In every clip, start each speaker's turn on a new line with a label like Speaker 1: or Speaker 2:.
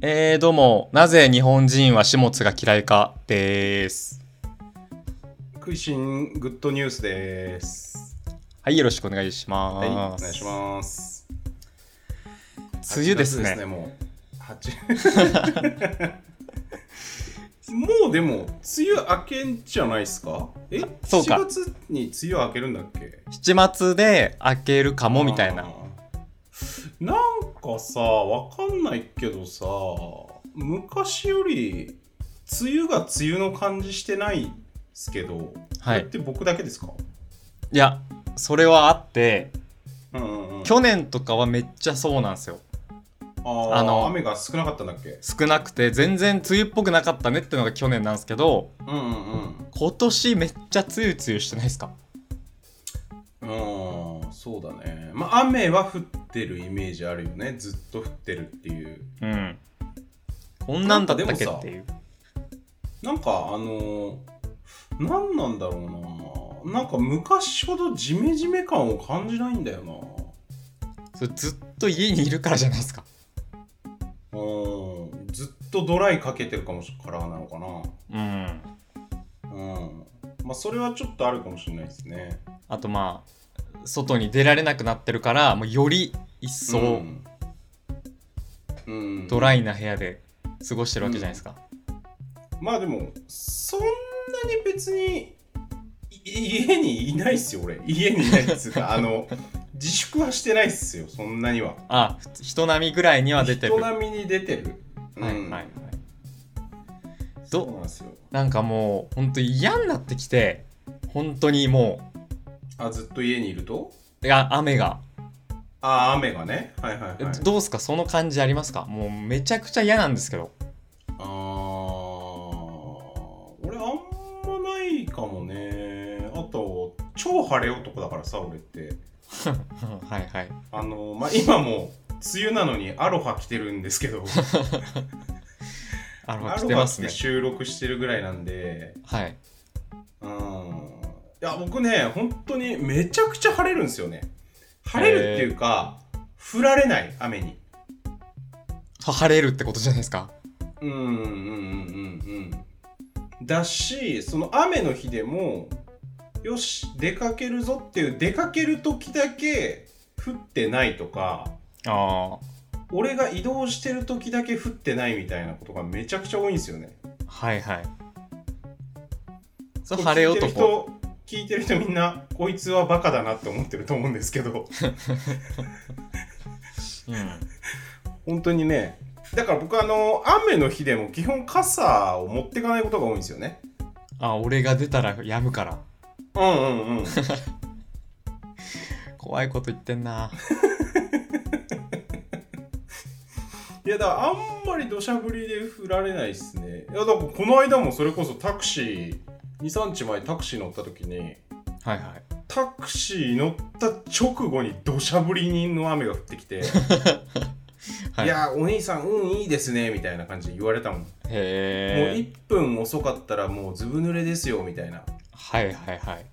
Speaker 1: えー、どうも、なぜ日本人は始末が嫌いかです。
Speaker 2: 食いしんグッドニュースです。
Speaker 1: はい、よろしくお願いしま
Speaker 2: はい、
Speaker 1: す。
Speaker 2: お願いします。
Speaker 1: す。梅雨ですね。
Speaker 2: 8月もう。八。 もうでも梅雨明けんじゃないですか？え、
Speaker 1: そうか
Speaker 2: 7月に梅雨明けるんだっけ？
Speaker 1: 七月で開けるかもみたい
Speaker 2: あ
Speaker 1: な。
Speaker 2: ー。なんかさ、わかんないけどさ、昔より梅雨が梅雨の感じしてないっすけど、
Speaker 1: は
Speaker 2: これ
Speaker 1: い
Speaker 2: っ。て僕だけですか？
Speaker 1: いや、それはあって、
Speaker 2: うんうんうん。
Speaker 1: 去年とかはめっちゃそうなんですよ。
Speaker 2: あ
Speaker 1: あの
Speaker 2: の雨が少なかったんだっけ？
Speaker 1: 少なくて、全然梅雨っぽくなかったねってのが去年なんですけど、
Speaker 2: うんうん
Speaker 1: 今年めっちゃ梅雨梅雨してないですか
Speaker 2: うん。うん、そうだね。まあ、雨は降ってるイメージあるよね。ずっと降ってるっていう。
Speaker 1: うん。こんなんだったっけ
Speaker 2: なん
Speaker 1: っ
Speaker 2: か
Speaker 1: て
Speaker 2: で
Speaker 1: いう。
Speaker 2: なんか、あのー、なんなんだろうな。なんか昔ほどジメジメ感を感じないんだよな。
Speaker 1: それずっと家にいるからじゃないですか。
Speaker 2: うん、ずっとドライかけてるかもしからなのかな。
Speaker 1: うん。
Speaker 2: うん。まあ、それはちょっとあるかもしれないですね。
Speaker 1: あとまあ外に出られなくなってるからもうより一層
Speaker 2: ん。うん、
Speaker 1: ドライな部屋で過ごしてるわけじゃないですか、
Speaker 2: まあでもそんなに別にい家にいないっすよ俺家にいないっつう かあの自粛はしてないっすよそんなには
Speaker 1: あふつ人並みぐらいには出てる
Speaker 2: 人
Speaker 1: はい
Speaker 2: 並みに出てる
Speaker 1: はいはい
Speaker 2: ど
Speaker 1: ど
Speaker 2: うなんですよ
Speaker 1: なんかもう本当嫌になってきて本当にも
Speaker 2: あずっと家にいると
Speaker 1: ういや雨が、
Speaker 2: ああ雨がねはいはい
Speaker 1: え
Speaker 2: はい
Speaker 1: どうすかその感じありますかもうめちゃくちゃ嫌なんですけど
Speaker 2: あー俺あんまないかもねあと超晴れ男だからさ俺って
Speaker 1: うんはいはい
Speaker 2: あのまあ今も梅雨なのにアロハ着てるんですけど
Speaker 1: あの
Speaker 2: ア
Speaker 1: 来
Speaker 2: ロ
Speaker 1: て
Speaker 2: ハ
Speaker 1: ます
Speaker 2: っ
Speaker 1: ね
Speaker 2: て収録してるぐらいなんで、
Speaker 1: はい
Speaker 2: うん。いや、僕ね、本当にめちゃくちゃ晴れるんですよね。晴れるっていうか、降られない、雨に。
Speaker 1: は晴れるってことじゃないですか
Speaker 2: うんうんうんうんうん。だし、その雨の日でも、よし、出かけるぞっていう、出かける時だけ降ってないとか、
Speaker 1: あ
Speaker 2: 俺が移動してる時だけ降ってないみたいなことがめちゃくちゃ多いんですよね。
Speaker 1: あはいはいそれ晴れ男
Speaker 2: これ聞いてる人聞いてる人みんなこいつはバカだなって思ってると思うんですけど
Speaker 1: うん
Speaker 2: 本当にねだから僕あの雨の日でも基本傘を持っていかないことが多いんですよね
Speaker 1: あ俺が出たらやむから
Speaker 2: うんうん うん
Speaker 1: 怖いこと言ってんない
Speaker 2: やだからあんまり土砂降りで降られないっすねいやだからこの間もそれこそタクシー23日前タクシー乗った時に
Speaker 1: はいはい
Speaker 2: タクシー乗った直後に土砂降りの雨が降ってき て、
Speaker 1: はい
Speaker 2: い、やお兄さん運いいですねみたいな感じで言われたもんもう
Speaker 1: へえ
Speaker 2: 1分遅かったらもうずぶ濡れですよみたいな。
Speaker 1: はいはいはい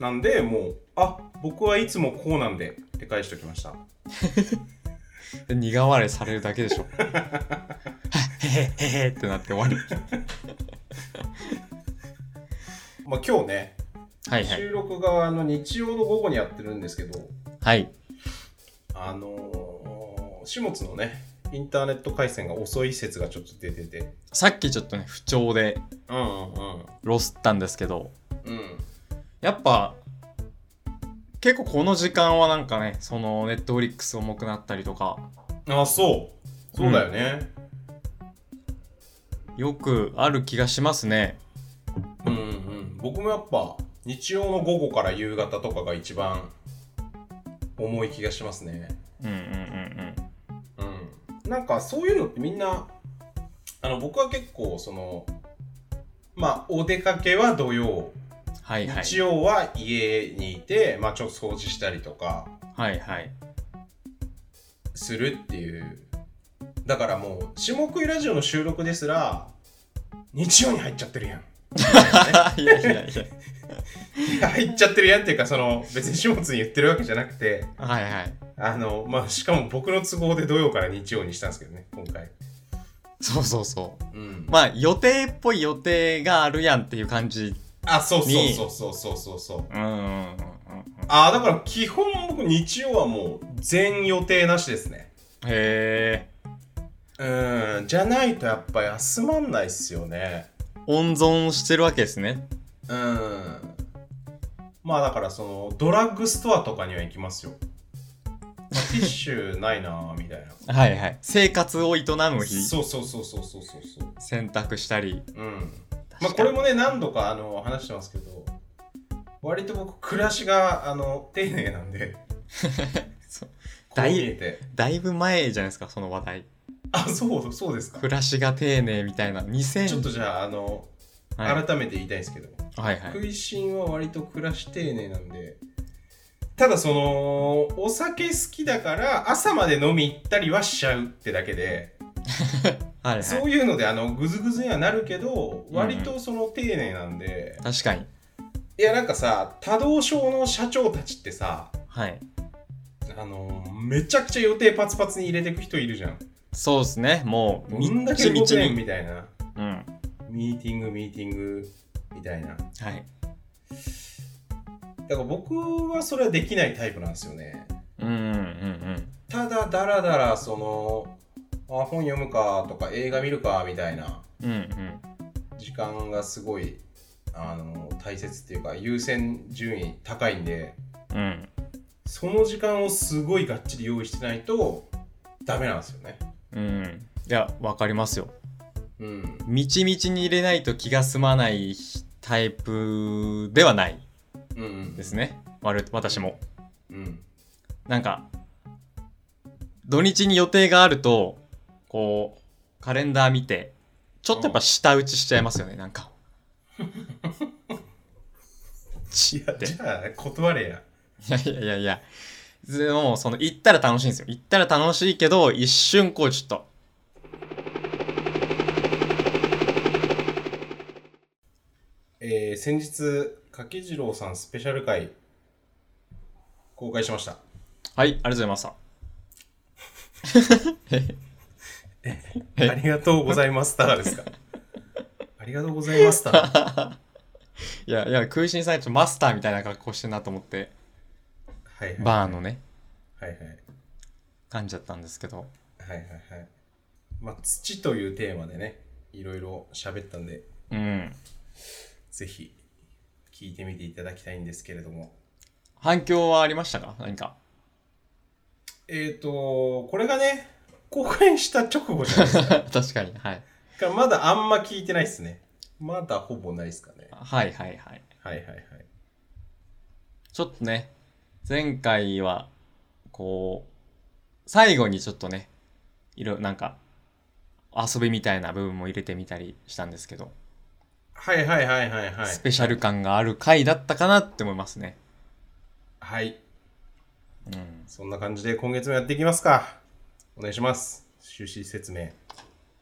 Speaker 2: なんでもう、あ僕はいつもこうなんでって返しておきました。
Speaker 1: で苦笑いされるだけで しょへへへへってなって終わり
Speaker 2: まあ、今日ね、
Speaker 1: はいはい
Speaker 2: 収録があの日曜の午後にやってるんですけど、
Speaker 1: はい
Speaker 2: あのー、始末のね、インターネット回線が遅い説がちょっと出てて。
Speaker 1: さっきちょっとね不調で
Speaker 2: うんうんうん。
Speaker 1: ロスったんですけど
Speaker 2: うん。
Speaker 1: やっぱ結構この時間はなんかねそのネットフリックス重くなったりとか
Speaker 2: あ、そう。そうだよね。
Speaker 1: よくある気がしますね
Speaker 2: うん、うん、僕もやっぱ、日曜の午後から夕方とかが一番重い気がしますね。
Speaker 1: うんうんうん
Speaker 2: うん、なんかそういうのってみんなあの僕は結構そのまあお出かけは土曜
Speaker 1: うんはいはい
Speaker 2: 日曜は家にいて、まあ、ちょっと掃除したりとか
Speaker 1: はいはい
Speaker 2: するっていうだからもう「下食いラジオ」の収録ですら日曜に入っちゃってるやん
Speaker 1: いやいやいや。
Speaker 2: 入っちゃってるやんっていうかその別に下津に言ってるわけじゃなくて
Speaker 1: はいはい。
Speaker 2: あのまあしかも僕の都合で土曜から日曜にしたんですけどね今回
Speaker 1: そうそうそう。
Speaker 2: うん
Speaker 1: まあ予定っぽい予定があるやんっていう感じ。
Speaker 2: あそうそうそうそうそうそうそう
Speaker 1: うんうんうんうん
Speaker 2: ああだから基本僕日曜はもう全予定なしですね
Speaker 1: うん。へえ。
Speaker 2: うんじゃないとやっぱ休まんないっすよね
Speaker 1: 温存してるわけですね。
Speaker 2: うんまあだからそのドラッグストアとかには行きますよ、まあティッシュないなーみたいな
Speaker 1: はいはい。生活を営む日。
Speaker 2: そうそうそうそうそうそうそう
Speaker 1: 洗濯したり。
Speaker 2: うんまあこれもね何度かあの話してますけど割と僕暮らしがあの丁寧なんで
Speaker 1: そう
Speaker 2: こう見えて
Speaker 1: だいぶ前じゃないですか、その話題。
Speaker 2: あそうそうですか
Speaker 1: 暮らしが丁寧みたいな。2000。
Speaker 2: ちょっとじゃああの、
Speaker 1: はい、はい
Speaker 2: 改めて言いたいんですけど、
Speaker 1: はい。
Speaker 2: 食いしんは割と暮らし丁寧なんでただそのお酒好きだから朝まで飲み行ったりはしちゃうってだけで、
Speaker 1: はいはい。
Speaker 2: そういうのであのグズグズにはなるけど
Speaker 1: うん
Speaker 2: 割とその丁寧なんで、
Speaker 1: 確かに。
Speaker 2: いやなんかさ多動症の社長たちってさ
Speaker 1: はい。
Speaker 2: あのめちゃくちゃ予定パツパツに入れてく人いるじゃん
Speaker 1: そうですね。もう、
Speaker 2: みんな
Speaker 1: ち
Speaker 2: け動
Speaker 1: み
Speaker 2: け
Speaker 1: ち
Speaker 2: ない
Speaker 1: に。
Speaker 2: みたいな
Speaker 1: うん。は。
Speaker 2: ミーティングミーティングみたいないだから僕はそれはできないタイプなんですよね
Speaker 1: うんうんうん
Speaker 2: ただだらだらそのあ本読むかとか映画見るかみたいな
Speaker 1: うん。うんうん。
Speaker 2: 時間がすごいあの大切っていうか優先順位高いんで
Speaker 1: うん。
Speaker 2: その時間をすごいがっちり用意してないとダメなんですよね
Speaker 1: うん。いや、わかりますよ。
Speaker 2: うん
Speaker 1: みちみちに入れないと気が済まないタイプではない
Speaker 2: うんうん
Speaker 1: ですね。わる私も。
Speaker 2: うん
Speaker 1: なんか、土日に予定があると、こう、カレンダー見て、ちょっとやっぱ舌打ちしちゃいますよね、なんか。
Speaker 2: い
Speaker 1: ち
Speaker 2: や
Speaker 1: って。
Speaker 2: じゃあ断れや
Speaker 1: いやいやいやいや。でも、その、行ったら楽しいんですよ。行ったら楽しいけど、一瞬こう、ちょっと。
Speaker 2: えー先日掛次郎さんスペシャル回公開しました
Speaker 1: はい、ありがとうございました。え
Speaker 2: ありがとうございまし たですかありがとうございました
Speaker 1: いやいや、空心さん、ちょっとマスターみたいな格好してんなと思って、
Speaker 2: はいはい
Speaker 1: バーのね、
Speaker 2: はいはい
Speaker 1: 感じだったんですけど。
Speaker 2: はいはいはいまあ土というテーマでねいろいろ喋ったんで
Speaker 1: うん。
Speaker 2: ぜひ聞いてみていただきたいんですけれども
Speaker 1: 反響はありましたか何か。
Speaker 2: えっ、ー、とこれがね公開した直後じゃないですか
Speaker 1: 確かに、はい。
Speaker 2: だから まだあんま聞いてないっすねまだほぼないっすかね
Speaker 1: はいはいはい。
Speaker 2: はいはいはい
Speaker 1: ちょっとね、前回は、こう、最後にちょっとね、いろ、なんか、遊びみたいな部分も入れてみたりしたんですけど、
Speaker 2: はいはいはいはいはい
Speaker 1: スペシャル感がある回だったかなって思いますね。
Speaker 2: はい
Speaker 1: うん。
Speaker 2: そんな感じで今月もやっていきますかお願いします趣旨説明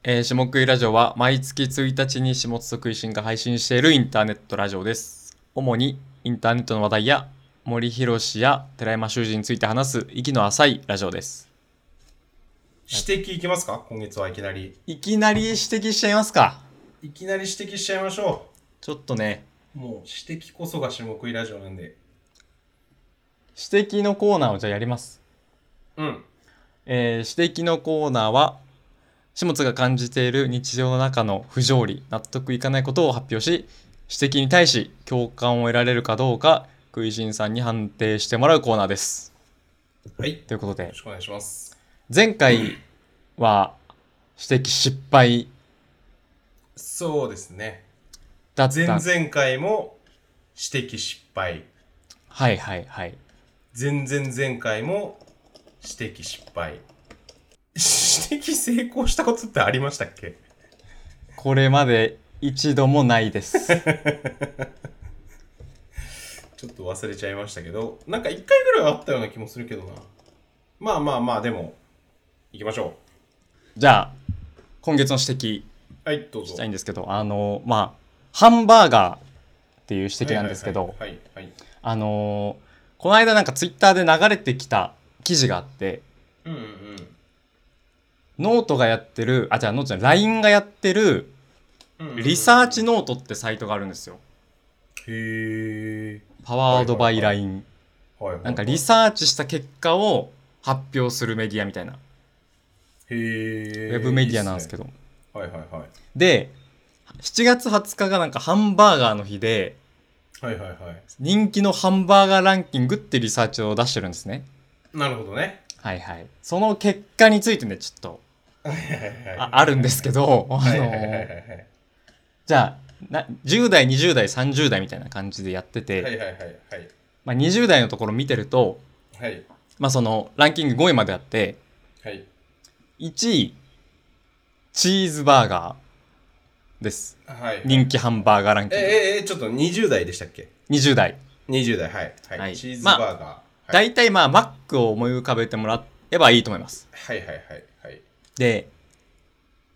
Speaker 1: えー、下食いラジオは毎月1日に下津食いしんが配信しているインターネットラジオです。主にインターネットの話題や森博氏や寺山修司について話す息の浅いラジオです。
Speaker 2: 指摘いきますか今月はいきなり
Speaker 1: いきなり指摘しちゃいますか
Speaker 2: いきなり指摘しちゃいましょ
Speaker 1: ちょっとね、
Speaker 2: うもう指摘こそが下食いラジオなんで
Speaker 1: 指摘のコーナーをじゃあやります。
Speaker 2: うん
Speaker 1: えー指摘のコーナーは下津が感じている日常の中の不条理納得いかないことを発表し指摘に対し共感を得られるかどうか食いしんさんに判定してもらうコーナーです。
Speaker 2: はいよ
Speaker 1: ということで
Speaker 2: ろしくお願いします
Speaker 1: 前回は指摘失敗
Speaker 2: そうですね
Speaker 1: だった
Speaker 2: 前々回も指摘失敗
Speaker 1: はいはいはい
Speaker 2: 前々前回も指摘失敗指摘成功したことってありましたっけ
Speaker 1: これまで一度もないです
Speaker 2: ちょっと忘れちゃいましたけど、なんか1回ぐらいはあったような気もするけどな。まあまあまあ、でも、行きましょ
Speaker 1: じゃあ、今月の指摘
Speaker 2: はい、どうぞ。
Speaker 1: したいんですけど、あの、まあ、ハンバーガーっていう指摘なんですけど、
Speaker 2: はい、はい。はい
Speaker 1: あのーこの間なんかツイッターで流れてきた記事があって、
Speaker 2: うんうんうん
Speaker 1: ノートがやってる、あ、じゃあノートじゃない LINE がやってる、
Speaker 2: うんうんうん。
Speaker 1: リサーチノートってサイトがあるんですよ。
Speaker 2: へえ。
Speaker 1: パワードバイ LINE。
Speaker 2: はいはい。
Speaker 1: なんかリサーチした結果を発表するメディアみたいな、
Speaker 2: へえ。
Speaker 1: ウェブメディアなんですけ
Speaker 2: ど。
Speaker 1: ど。
Speaker 2: はいはいはい。
Speaker 1: で、7月20日がなんかハンバーガーの日で、
Speaker 2: はいはいはい。
Speaker 1: 人気のハンバーガーランキングってリサーチを出してるんですね。
Speaker 2: なるほどね。
Speaker 1: はいはい。その結果についてね、ちょっと、
Speaker 2: はいはいはい。
Speaker 1: ああるんですけど、あの
Speaker 2: はいはいはいはいはい。
Speaker 1: じゃあな10代20代30代みたいな感じでやってて、
Speaker 2: はいはいはいはい。
Speaker 1: まあ、20代のところ見てると、
Speaker 2: はい。
Speaker 1: まあ、そのランキング5位まであって
Speaker 2: はい。
Speaker 1: 1位チーズバーガーです
Speaker 2: はい。
Speaker 1: 人気ハンバーガーラン
Speaker 2: え
Speaker 1: キング、
Speaker 2: ええちょっと20代でしたっけ
Speaker 1: 20代
Speaker 2: 20代はい、はい
Speaker 1: はい
Speaker 2: チーズバーガー、はい、
Speaker 1: 大体まあマックを思い浮かべてもらえばいいと思います
Speaker 2: はいはいはいはい
Speaker 1: で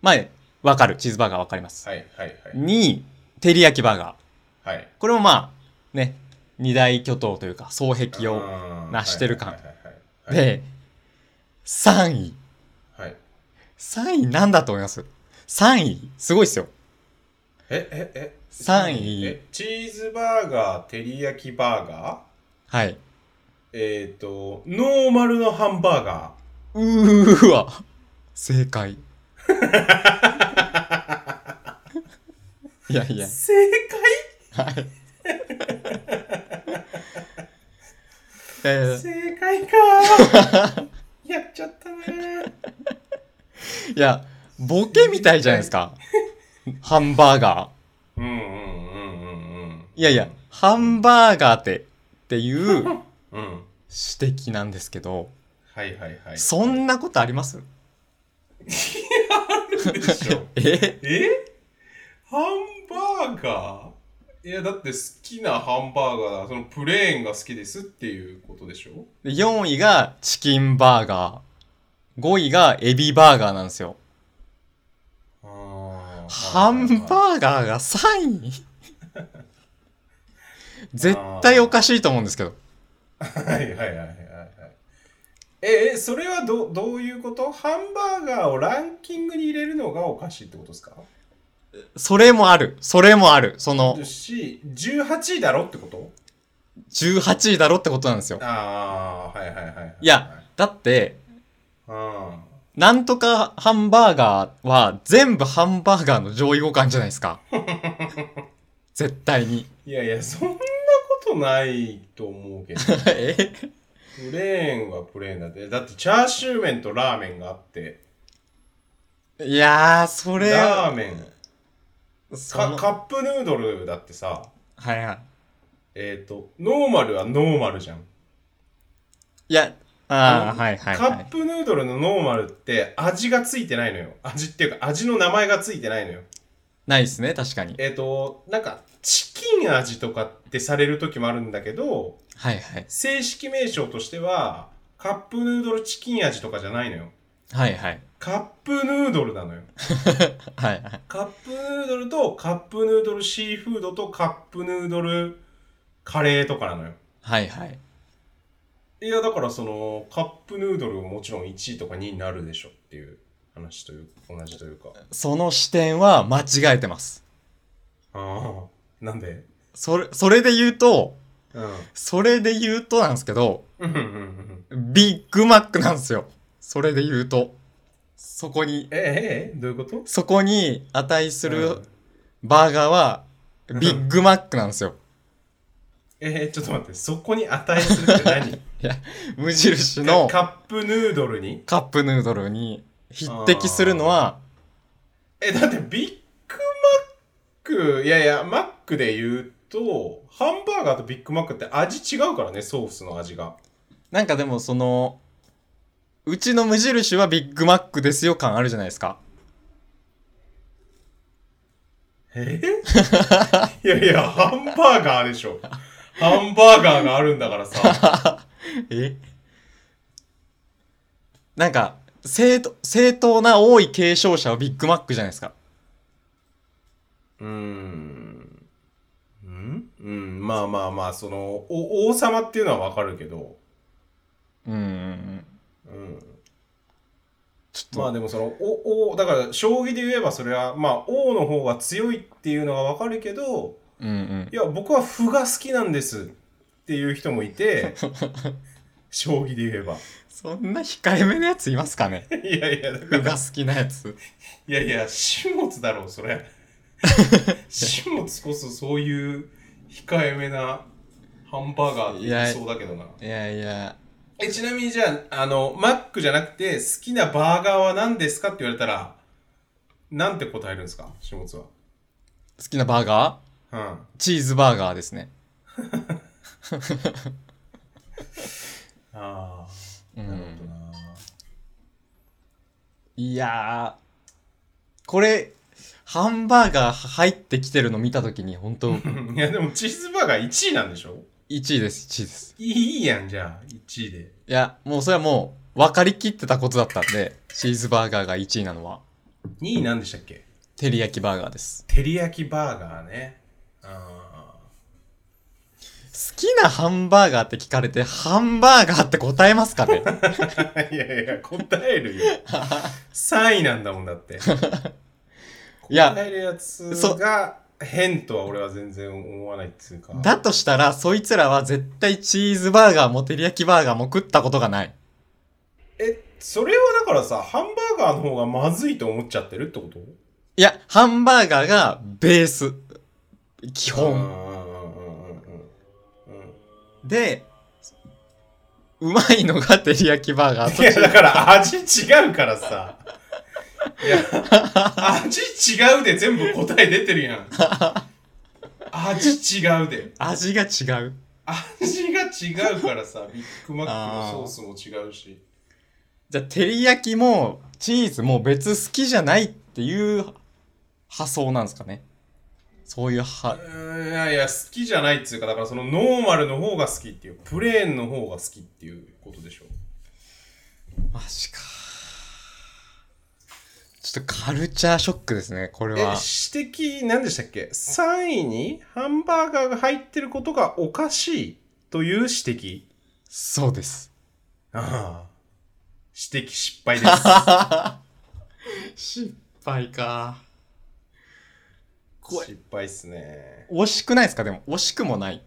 Speaker 1: まあわかるチーズバーガーわかります、
Speaker 2: はいはいはい
Speaker 1: 2位照り焼きバーガー
Speaker 2: はい
Speaker 1: これもまあね二大巨頭というか双璧を
Speaker 2: を
Speaker 1: 成してる感
Speaker 2: はいはいはい
Speaker 1: で3位
Speaker 2: はい、はい、
Speaker 1: 3位なんだと思います ?3 位すごいっすよ。
Speaker 2: えええ
Speaker 1: 三位
Speaker 2: えチーズバーガー照り焼きバーガー
Speaker 1: はい。
Speaker 2: えっ、ー、とノーマルのハンバーガ
Speaker 1: うーわ。正 解。いやい
Speaker 2: ー
Speaker 1: や。
Speaker 2: 正
Speaker 1: はい。
Speaker 2: 解
Speaker 1: え
Speaker 2: 正解 かーやっちゃったねー
Speaker 1: ーいや、ボケみたいじゃないですか。ハンバーガ
Speaker 2: うんうんうんうんうん
Speaker 1: ー。いやいや、ハンバーガーって、っていう指
Speaker 2: うん
Speaker 1: 摘なんですけど、
Speaker 2: はいはいはい
Speaker 1: そ
Speaker 2: なん
Speaker 1: なことあります
Speaker 2: でしょ
Speaker 1: え
Speaker 2: えハンバーガーいや、だって好きなハンバーガーだ。そのプレーンが好きですっていうことでしょ
Speaker 1: ?4 位がチキンバーガー。5位がエビバーガーなんですよ。
Speaker 2: あ
Speaker 1: ハンバーガーが3位絶対おかしいと思うんですけど。
Speaker 2: ーガーはいはいはいはいはい。え、えそれはどどういうことハンバーガーをランキングに入れるのがおかしいってことですか
Speaker 1: それもある。それもある。その
Speaker 2: だ、し、18位だろってこと
Speaker 1: 18位だろってことなんですよ。
Speaker 2: ああ、はいはいはいはい、はい。
Speaker 1: いや、だって、
Speaker 2: うん。
Speaker 1: なんとかハンバーガーは全部ハンバーガーの上位互換じゃないです か。絶対に。
Speaker 2: いやいや、そんなことないと思 うけど。
Speaker 1: え
Speaker 2: プレーンはプレーンだって。だってチャーシュー麺とラーメンがあって。
Speaker 1: いやー、それ
Speaker 2: ラ
Speaker 1: は、
Speaker 2: ーメン。
Speaker 1: そ
Speaker 2: か
Speaker 1: の
Speaker 2: カップヌードルだってさ、
Speaker 1: はいはい。
Speaker 2: えっ、と、ノーマルはノーマルじゃん。
Speaker 1: いや、あー、
Speaker 2: あの
Speaker 1: はいはい
Speaker 2: カ
Speaker 1: は
Speaker 2: ッ
Speaker 1: い。
Speaker 2: プヌードルのノーマルって味がついてないのよ。味っていうか味の名前がついてないのよ。
Speaker 1: ないですね、確かに。
Speaker 2: えっ、と、なんかチキン味とかってされる時もあるんだけど、
Speaker 1: はいはい。
Speaker 2: 正式名称としてはカップヌードルチキン味とかじゃないのよ。
Speaker 1: はいはい。
Speaker 2: カップヌードルなのよ。
Speaker 1: はいはい。
Speaker 2: カップヌードルとカップヌードルシーフードとカップヌードルカレーとかなのよ。
Speaker 1: はいはい。
Speaker 2: いや、だからそのカップヌードルももちろん1位とか2位になるでしょっていう話という、同じというか。
Speaker 1: その視点は間違えてます。
Speaker 2: ああ、なんで
Speaker 1: それ、それで言うと、
Speaker 2: うん。
Speaker 1: それで言うとなんですけど、
Speaker 2: うんうんうん。
Speaker 1: ビッグマックなんですよ。それで言うと。そこに、
Speaker 2: えええどういうこと
Speaker 1: そこに値す
Speaker 2: う
Speaker 1: る
Speaker 2: ん
Speaker 1: バーガーは、ビッグマックなんですよ。
Speaker 2: ええちょっと待って、そこに値するって何
Speaker 1: 無印の
Speaker 2: カップヌードルに
Speaker 1: カップヌードルに匹敵するのは、
Speaker 2: え、だってビッグマック、いやいや、マックで言うと、ハンバーガーとビッグマックって味違うからね、ソースの味が。
Speaker 1: なんかでもその、うちの無印はビッグマックですよ感あるじゃないですか。
Speaker 2: え いやいや、ハンバーガーでしょ。ハンバーガー があるんだからさ。
Speaker 1: えなんか、正当正当な多い継承者はビッグマックじゃないですか。
Speaker 2: うーん。うんうん。まあまあまあ、その、お王様っていうのはわかるけど、
Speaker 1: うんうんうん。
Speaker 2: うん。
Speaker 1: ちょ
Speaker 2: ま
Speaker 1: っ
Speaker 2: あでもその、お、お、だから、将棋で言えばそれは、まあ、王の方が強いっていうのがわかるけど、
Speaker 1: と、うんうん。
Speaker 2: いや、僕は歩が好きなんですっていう人もい て、将棋で言えば。
Speaker 1: そんな控えめなやついますか ね
Speaker 2: いやいや、だから
Speaker 1: 歩が好きなやつ。
Speaker 2: いやいや、始末だろう、それ。始末こそそういう控えめなハンバーガーって言いそうだけどな。
Speaker 1: いやいや、
Speaker 2: え、ちなみにじゃあ、あの、マックじゃなくて、好きなバーガーは何ですかって言われたら、なんて答えるんですか始末は。
Speaker 1: 好きなバーガ
Speaker 2: うん。
Speaker 1: ーチーズバーガーですね。
Speaker 2: あ
Speaker 1: う
Speaker 2: あ、な
Speaker 1: ん
Speaker 2: るほど。な。
Speaker 1: いやー、これ、ハンバーガー入ってきてるの見たときに、本 当
Speaker 2: いや、でもチーズバーガー1位なんでしょ
Speaker 1: 1位です、1位です。
Speaker 2: いいやん、じゃあ、1位で。
Speaker 1: いや、もうそれはもう、分かりきってたことだったんで、チーズバーガーが1位なのは、
Speaker 2: 2位何でしたっけ
Speaker 1: 照り焼きバーガーです。
Speaker 2: 照り焼きバーガーね。ああ。
Speaker 1: 好きなハンバーガーって聞かれて、ハンバーガーって答えますか ね
Speaker 2: いやいや、答え るよ。3位なんだもんだ って。
Speaker 1: いや
Speaker 2: 答えるやつが変とは俺は全然思わないっつうか。
Speaker 1: だとしたら、そいつらは絶対チーズバーガーも照り焼きバーガーも食ったことがない。
Speaker 2: え、それはだからさ、ハンバーガーの方がまずいと思っちゃってるってこと
Speaker 1: いや、ハンバーガーがベース。基
Speaker 2: うんう
Speaker 1: 本。
Speaker 2: んうんうんうんうん。
Speaker 1: で、うまいのが照り焼きバーガー
Speaker 2: いや、だから味違うからさ。いや、味違うで全部答え出てるやん。味違うで。
Speaker 1: 味が違う。
Speaker 2: 味が違うからさ、ビッグマックのソースも違うし。
Speaker 1: じゃあ、照り焼きもチーズも別好きじゃないっていう発想なんですかね。そういうは
Speaker 2: う、ーんいやいや、好きじゃないっつうか、だからそのノーマルの方が好きっていう、プレーンの方が好きっていうことでしょ。
Speaker 1: マジか。ちょっとカルチャーショックですね、これ
Speaker 2: え、
Speaker 1: は。
Speaker 2: 指摘何でしたっけ ?3 位にハンバーガーが入ってることがおかしいという指摘。
Speaker 1: そうです。
Speaker 2: ああ。指摘失敗です。
Speaker 1: 失敗か。怖い
Speaker 2: 失敗っすね。
Speaker 1: 惜しくないですかでも、惜しくもない。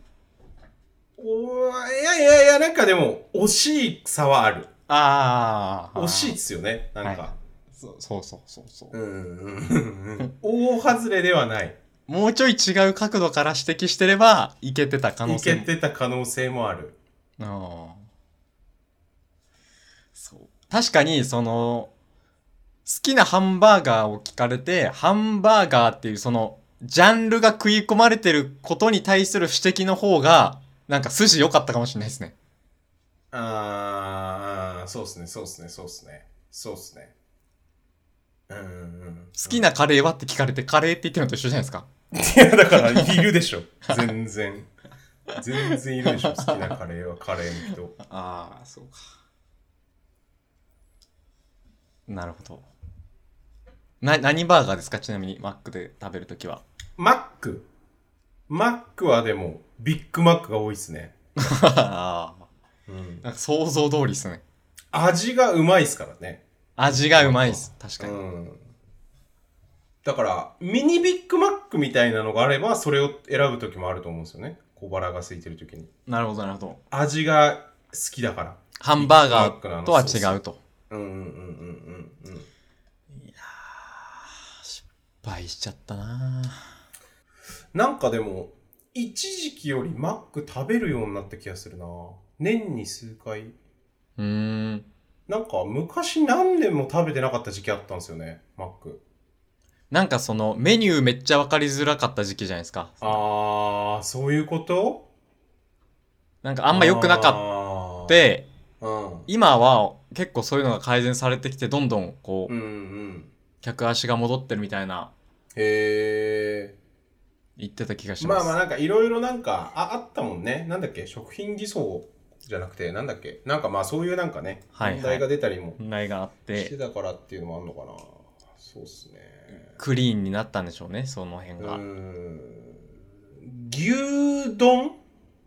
Speaker 2: おーいやいやいや、なんかでも、惜しい差はある。
Speaker 1: あー。
Speaker 2: 惜しいっすよね、なんか。
Speaker 1: はそうそうそうそうそう、
Speaker 2: うんうんうんうん。大外れではない。
Speaker 1: もうちょい違う角度から指摘してれば、いけてた可能
Speaker 2: い
Speaker 1: 性
Speaker 2: け
Speaker 1: も。
Speaker 2: てた可能性もある。
Speaker 1: ああ。そう。確かに、その、好きなハンバーガーを聞かれて、ハンバーガーっていうその、ジャンルが食い込まれてることに対する指摘の方が、なんか筋良かったかもしれないですね。
Speaker 2: あー、そうっすね、そうっすね、そうっすね。そうっすね。うんうんうん。
Speaker 1: 好きなカレーはって聞かれて、カレーって言ってるのと一緒じゃないですか。
Speaker 2: いや、だから、いるでしょ。全然。全然いるでしょ。好きなカレーはカレーの人。
Speaker 1: ああ、そうか。なるほど。な、何バーガーですかちなみに、マックで食べるときは。
Speaker 2: マック。マックはでも、ビッグマックが多いっすね。
Speaker 1: ああ
Speaker 2: うん。
Speaker 1: なんか想像通りですね。
Speaker 2: 味がうまいっすからね。
Speaker 1: 味がうまいです。確か
Speaker 2: う
Speaker 1: に。
Speaker 2: ん。だから、ミニビッグマックみたいなのがあれば、それを選ぶ時もあると思うんですよね。小腹が空いてる時に。
Speaker 1: なるほど、なるほど。
Speaker 2: 味が好きだから。
Speaker 1: ハンバーガーとは
Speaker 2: ビッグマ
Speaker 1: 違うと。
Speaker 2: うんうんうんうんうん。
Speaker 1: 倍しちゃったな
Speaker 2: なんかでも、一時期よりマック食べるようになった気がするな年に数回。
Speaker 1: うーん。
Speaker 2: なんか昔何年も食べてなかった時期あったんですよね、マック。
Speaker 1: なんかその、メニューめっちゃわかりづらかった時期じゃないですか。
Speaker 2: あー、そういうこと
Speaker 1: なんかあんま良くなかっ
Speaker 2: か
Speaker 1: た。で、
Speaker 2: うん。
Speaker 1: 今は結構そういうのが改善されてきて、どんどんこ
Speaker 2: う
Speaker 1: う、
Speaker 2: んうん。
Speaker 1: 客足が戻ってるみたいな、
Speaker 2: へ
Speaker 1: 言ってた気がし
Speaker 2: ー。
Speaker 1: ま。
Speaker 2: ますあまあなんかいろいろなんかああったもんね。なんだっけ食品偽装じゃなくてなんだっけなんかまあそういうなんかね、
Speaker 1: はいはい
Speaker 2: 問題が出たりも
Speaker 1: 問題があっ
Speaker 2: して
Speaker 1: て
Speaker 2: たからっていうのもあるのかなそうっすね
Speaker 1: クリーンになったんでしょうねその辺
Speaker 2: う
Speaker 1: が、
Speaker 2: ん牛丼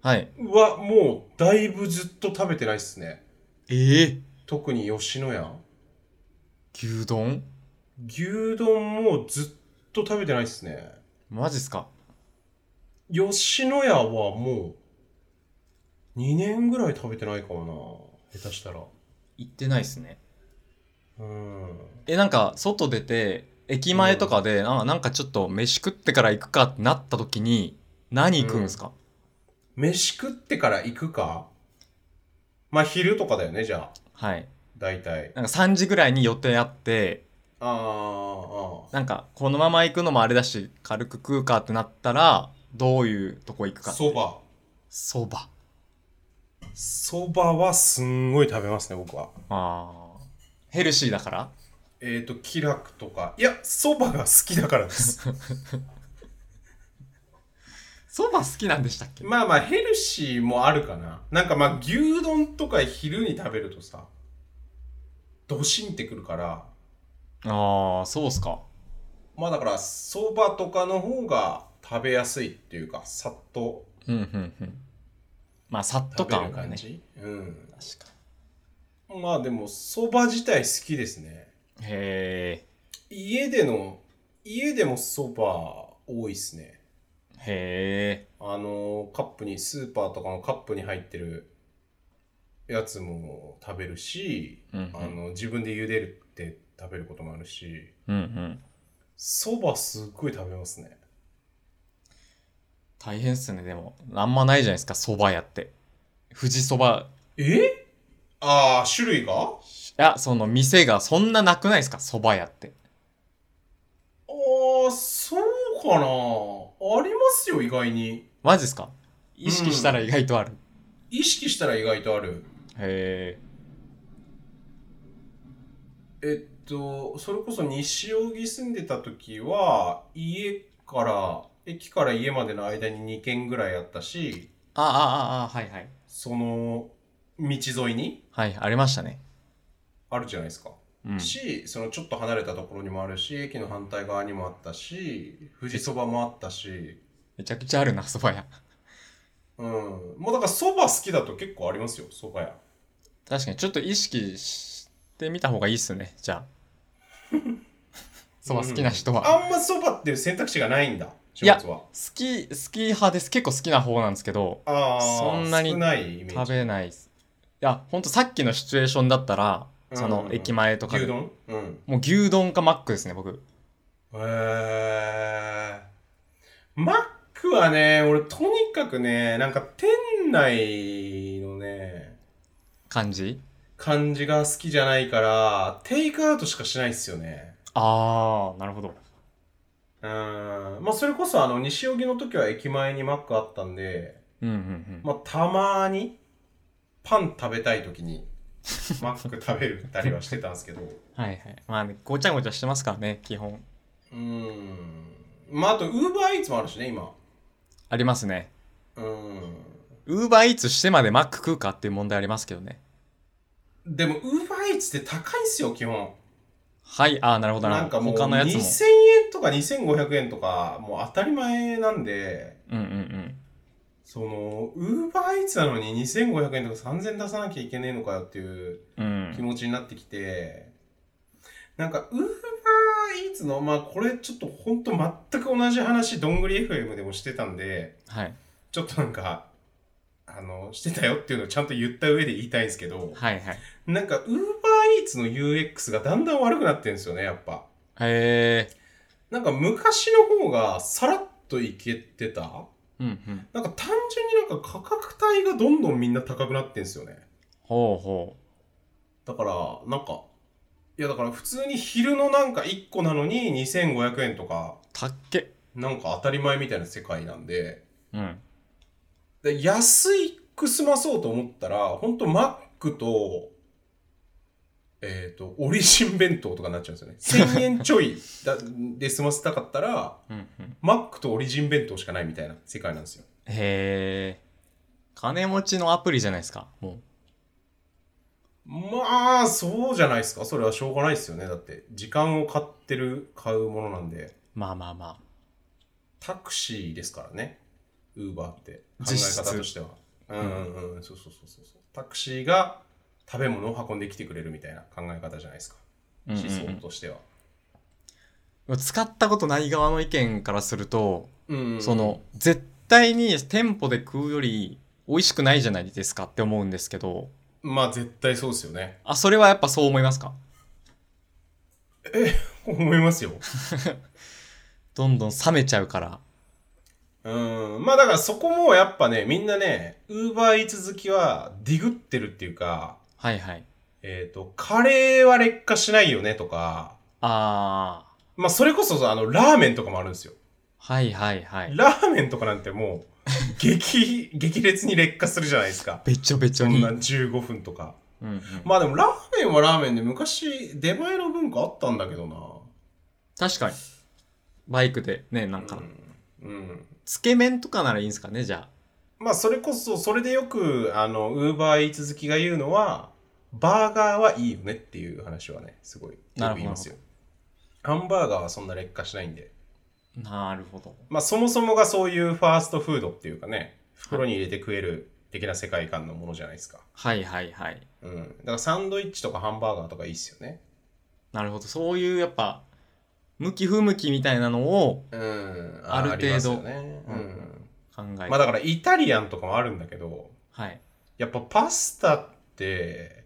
Speaker 1: はい
Speaker 2: はもうだいぶずっと食べてないっすね
Speaker 1: ええ
Speaker 2: 特に吉野家
Speaker 1: 牛丼
Speaker 2: 牛丼もずっと食べてないっすね
Speaker 1: マジっすか
Speaker 2: 吉野家はもう2年ぐらい食べてないかもな下手したら
Speaker 1: 行ってないっすね
Speaker 2: うん
Speaker 1: えなんか外出て駅前とかで、あなんかちょっと飯食ってから行くかってなった時に何行くんですか、
Speaker 2: 飯食ってから行くかまあ昼とかだよねじゃあ
Speaker 1: はい
Speaker 2: 大体
Speaker 1: なんか3時ぐらいに予定あって
Speaker 2: あーあ
Speaker 1: なんかこのまま行くのもあれだし軽く食うかってなったらどういうとこ行く
Speaker 2: あ
Speaker 1: か
Speaker 2: そば
Speaker 1: そば
Speaker 2: そばはすんごい食べますね僕は
Speaker 1: あーヘルシーだから
Speaker 2: えっ、ー、と気楽とかいやそばが好きだからです
Speaker 1: そば好きなんでしたっけ
Speaker 2: まあまあヘルシーもあるかななんかまあ牛丼とか昼に食べるとさドシンってくるから
Speaker 1: ああそうっすか
Speaker 2: まあだからそばとかの方が食べやすいっていうかさっと
Speaker 1: うんうんうんまあさっと
Speaker 2: 食べ
Speaker 1: 感
Speaker 2: る
Speaker 1: が
Speaker 2: 感
Speaker 1: ね
Speaker 2: じ、うん
Speaker 1: 確か
Speaker 2: まあでもそば自体好きですね
Speaker 1: にへ
Speaker 2: 家での家でもそば多いっすね
Speaker 1: えへえ
Speaker 2: あのカップにスーパーとかのカップに入ってるやつも食べるし、
Speaker 1: うんう
Speaker 2: あ
Speaker 1: ん
Speaker 2: の自分で茹でるって食べることもあるし
Speaker 1: うんうん
Speaker 2: そばすっごい食べますね
Speaker 1: 大変っすねでもあんまないじゃないですかそば屋って富士そば
Speaker 2: えああ種類があ
Speaker 1: あその店がそんななくないですかそば屋って
Speaker 2: あそうかなありますよ意外に
Speaker 1: マジっすか意識したら意外とある、
Speaker 2: 意識したら意外とある
Speaker 1: へえ
Speaker 2: えっと、それこそ西荻住んでた時は、家から、駅から家までの間に2軒ぐらいあったし、
Speaker 1: ああああはいはい
Speaker 2: その道沿いに
Speaker 1: はいありましたね
Speaker 2: あるじゃないですか。
Speaker 1: うん
Speaker 2: し、そのちょっと離れたところにもあるし、駅の反対側にもあったし、富士そばもあったし、
Speaker 1: めちゃくちゃあるなそば屋
Speaker 2: うん。もうだからそば好きだと結構ありますよ、そば屋。
Speaker 1: 確かにちょっと意識してみた方がいいっすねじゃあ そば好きな人は、好
Speaker 2: あんまそばっていう選択肢がないんだ、
Speaker 1: いや
Speaker 2: 下津は。
Speaker 1: き好き派です結構好きな方なんですけど
Speaker 2: ああ、
Speaker 1: そんなに
Speaker 2: 少ないイメー
Speaker 1: 食
Speaker 2: ジ。
Speaker 1: べないっすいやほんとさっきのシチュエーションだったらそ
Speaker 2: うんうん
Speaker 1: の
Speaker 2: うん
Speaker 1: 駅前とかで
Speaker 2: 牛丼うん。
Speaker 1: もう牛丼かマックですね僕
Speaker 2: へーマックはね、俺とにかくね、なんか店内のね、
Speaker 1: 感じ
Speaker 2: 感じが好きじゃないから、テイクアウトしかしないっすよね。
Speaker 1: ああなるほど
Speaker 2: うーん。まあ、それこそあの、西荻の時は駅前にマックあったんで、
Speaker 1: うんうんうん、
Speaker 2: まあ、たまに、パン食べたい時に、マッ ク食べるたりはしてたんですけど、う
Speaker 1: はいはいまあねごちゃごちゃしてますからね基本
Speaker 2: ーん。まあ、あと、ウーバーイーツもあるしね、今。
Speaker 1: ありますね
Speaker 2: うーん。
Speaker 1: ウーバーイーツしてまでマック食うかっていう問題ありますけどね
Speaker 2: でも、ウーバーイーツって高いっすよ、基本。
Speaker 1: はいああなるほど
Speaker 2: なんかもう
Speaker 1: 他のやつも
Speaker 2: 2000円とか2500円とかもう当たり前なんで
Speaker 1: うんうんうん
Speaker 2: そのウーバーイーツなのに2500円とか3000円出さなきゃいけねえのかよっていう
Speaker 1: う
Speaker 2: 気
Speaker 1: ん、
Speaker 2: 持ちになってきて、なんかウーバーイーツのまあこれちょっとほんと全く同じ話どんぐり FM でもしてたんで
Speaker 1: はい、
Speaker 2: ちょっとなんかあのしてたよっていうのをちゃんと言った上で言いたいんですけど
Speaker 1: はいはいへ
Speaker 2: なんかウーバーイーツの UX がだんだん悪くなってるんですよねやっぱ。
Speaker 1: え
Speaker 2: なんか昔の方がさらっといけてた
Speaker 1: うんうん
Speaker 2: なんか単純になんか価格帯がどんどんみんな高くなってんすよね。
Speaker 1: ほうほ
Speaker 2: だから、なんか、いやだから普通に昼のなんか1個なのに2500円とか、
Speaker 1: うたっけ
Speaker 2: なんか当たり前みたいな世界なんで、
Speaker 1: うん
Speaker 2: で安いく済まそうと思ったら、ほんとマックと、えっ、と、オリジン弁当とかになっちゃうんですよね。1000円ちょいだで済ませたかったら、
Speaker 1: うんうん
Speaker 2: マックとオリジン弁当しかないみたいな世界なんですよ。
Speaker 1: へえ金持ちのアプリじゃないですか。も
Speaker 2: まあ、そうじゃないですか。それはしょうがないですよね。だって、時間を買ってる、買うものなんで、
Speaker 1: う。まあまあまあ。
Speaker 2: タクシーですからね。ウーバーって。考え
Speaker 1: 実質
Speaker 2: 方としては。うんうんうん。そうそうそうそう。タクシーが食べ物を運んできてくれるみたいな考え方じゃないですか。
Speaker 1: うん
Speaker 2: 思
Speaker 1: うんうん
Speaker 2: 想としては。
Speaker 1: 使ったことない側の意見からすると、
Speaker 2: うんうんうん
Speaker 1: その、絶対に店舗で食うより美味しくないじゃないですかって思うんですけど、
Speaker 2: まあ、絶対そうですよね。
Speaker 1: あ、それはやっぱそう思いますか
Speaker 2: 思いますよ。
Speaker 1: どんどん冷めちゃうから。
Speaker 2: うん。まあ、だからそこもやっぱね、みんなね、ウーバーイーツ好きはディグってるっていうか、
Speaker 1: はいはい。
Speaker 2: えっ、と、カレーは劣化しないよねとか、
Speaker 1: あー。
Speaker 2: まあ、それこそ、あの、ラーメンとかもあるんですよ。
Speaker 1: はいはいはい。
Speaker 2: ラーメンとかなん てもう、激、激烈に劣化するじゃないですか。
Speaker 1: べちょべち
Speaker 2: そ
Speaker 1: ょ
Speaker 2: ん
Speaker 1: に。
Speaker 2: な15分とか。
Speaker 1: うんうん
Speaker 2: まあでも、ラーメンはラーメンで、昔、出前の文化あったんだけどな。
Speaker 1: 確かに。バイクでね、なんか、
Speaker 2: うん。うん。
Speaker 1: つけ麺とかならいいんですかね、じゃ
Speaker 2: まあ、それこそ、それでよく、あの、ウーバーイーツ好きが言うのは、バーガーはいいよねっていう話はね、すごい、
Speaker 1: な
Speaker 2: よ
Speaker 1: るほど
Speaker 2: く言いますよ。ハンバーガーはそんな劣化しないんで。
Speaker 1: あ。なるほど。
Speaker 2: まあそもそもがそういうファーストフードっていうかね、袋に入れて食える的な世界観のものじゃないですか。
Speaker 1: はいはいはい。
Speaker 2: うん。だからサンドイッチとかハンバーガーとかいいっすよね。
Speaker 1: なるほど。そういうやっぱ、向き不向きみたいなのを
Speaker 2: うん。
Speaker 1: ある程度
Speaker 2: りますよね。う。
Speaker 1: うん考えて。
Speaker 2: まあだからイタリアンとかもあるんだけど、
Speaker 1: はい。
Speaker 2: やっぱパスタって、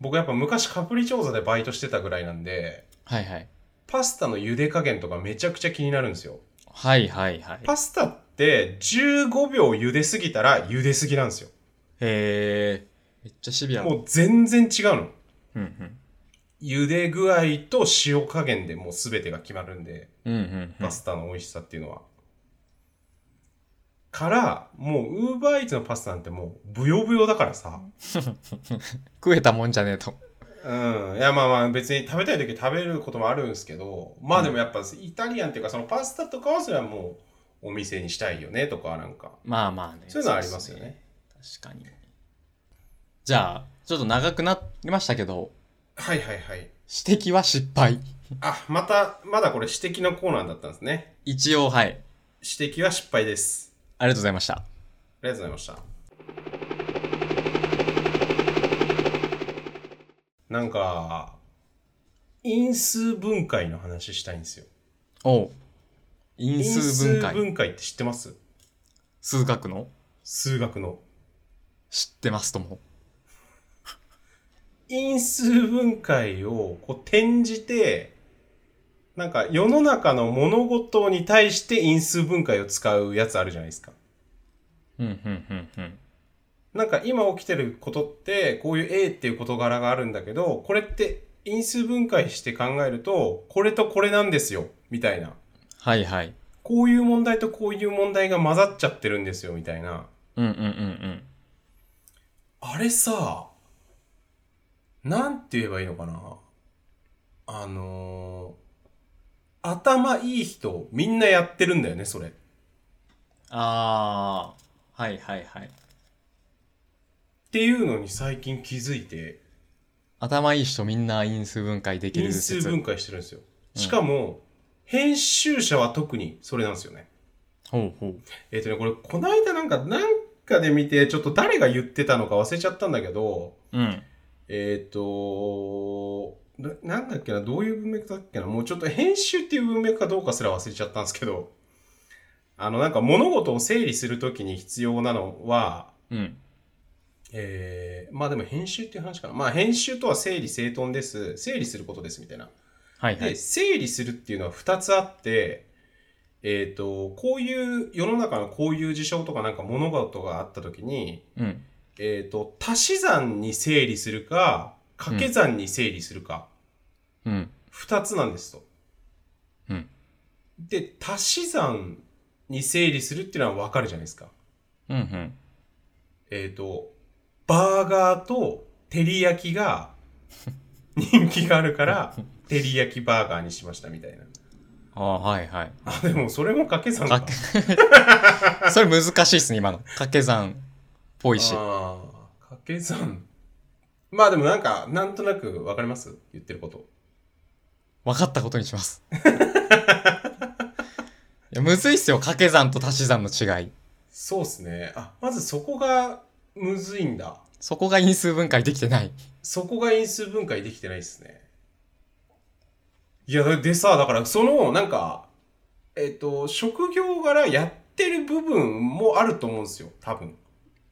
Speaker 2: 僕やっぱ昔カプリチョーザでバイトしてたぐらいなんで、
Speaker 1: はいはい。
Speaker 2: パスタの茹で加減とかめちゃくちゃ気になるんですよ。
Speaker 1: はいはいはい。
Speaker 2: パスタって15秒茹ですぎたら茹ですぎなんですよ。
Speaker 1: へえ。めっちゃシビアな。
Speaker 2: もう全然違うの。
Speaker 1: うんうん。
Speaker 2: 茹で具合と塩加減でもう全てが決まるんで、
Speaker 1: うんうんうん
Speaker 2: パ。スタの美味しさっていうのは。から、もう、ウーバーイーツのパスタなんてもう、ブヨブヨだからさ。
Speaker 1: 食えたもんじゃねえと。
Speaker 2: うん。いや、まあまあ、別に食べたい時食べることもあるんですけど、まあでもやっぱ、イタリアンっていうか、そのパスタとかはそれはもう、お店にしたいよね、とか、なんか。
Speaker 1: まあまあね。
Speaker 2: そういうのありますよね
Speaker 1: そうですね。確かに。じゃあ、ちょっと長くなりましたけど、
Speaker 2: はいはいはい。
Speaker 1: 指摘は失敗。
Speaker 2: あ、また、まだこれ指摘のコーナーだったんですね。
Speaker 1: 一応、はい。
Speaker 2: 指摘は失敗です。
Speaker 1: ありがとうございました。
Speaker 2: ありがとうございました。なんか、因数分解の話したいんですよ。
Speaker 1: おう。因数分
Speaker 2: 因数
Speaker 1: 解。
Speaker 2: 分解って知ってます
Speaker 1: 数学の
Speaker 2: 数学の。
Speaker 1: 知ってますとも。
Speaker 2: 因数分解をこう転じて、なんか世の中の物事に対して因数分解を使うやつあるじゃないですか。
Speaker 1: うん、うん、うん、うん。
Speaker 2: なんか今起きてることって、こういう A っていう事柄があるんだけど、これって因数分解して考えると、これとこれなんですよ、みたいな。
Speaker 1: はいはい。
Speaker 2: こういう問題とこういう問題が混ざっちゃってるんですよ、みたいな。
Speaker 1: うん、うん、うん、うん。
Speaker 2: あれさ、なんて言えばいいのかな。あのー頭いい人、みんなやってるんだよね、それ。
Speaker 1: あー。はいはいはい。
Speaker 2: っていうのに最近気づいて、
Speaker 1: 頭いい人みんな因数分解できる
Speaker 2: 因
Speaker 1: 説。
Speaker 2: 数分解してるんですよ。しかも、編集者は特にそれなんですよね。
Speaker 1: ほうほう。
Speaker 2: えっ、とね、これ、こないだなんか、なんかで見て、ちょっと誰が言ってたのか忘れちゃったんだけど、
Speaker 1: うん。
Speaker 2: えっ、とな、なんだっけな、どういう文脈だっけな、もうちょっと編集っていう文脈かどうかすら忘れちゃったんですけど、あの、なんか物事を整理するときに必要なのは、
Speaker 1: うん。
Speaker 2: えー、まあでも編集っていう話かな。まあ編集とは整理整頓です。整理することです、みたいな。
Speaker 1: はいは
Speaker 2: で、
Speaker 1: い。
Speaker 2: 整理するっていうのは2つあって、えっ、と、こういう、世の中のこういう事象とかなんか物事があった時に、
Speaker 1: うん。
Speaker 2: えっ、と、足し算に整理するか、掛け算に整理するか、
Speaker 1: うん。
Speaker 2: 2つなんですと。
Speaker 1: うん。
Speaker 2: で、足し算に整理するっていうのはわかるじゃないですか。
Speaker 1: うん、うん。
Speaker 2: えっ、と、バーガーと照り焼きが人気があ るから、照り焼きバーガーにしましたみたいな。
Speaker 1: ああ、はいはい。
Speaker 2: あ、でもそれも掛け算か
Speaker 1: か。けそれ難しいっすね、今の。掛け算。ぽいし。
Speaker 2: ああ、掛け算。まあでもなんか、なんとなくわかります言ってること。
Speaker 1: 分かったことにします。いやむずいっすよ。掛け算と足し算の違い。
Speaker 2: そうっすね。あ、まずそこがむずいんだ。
Speaker 1: そこが因数分解できてない。
Speaker 2: そこが因数分解できてないっすね。いや、でさ、だからその、なんか、えっ、と、職業柄やってる部分もあると思うんですよ。多分。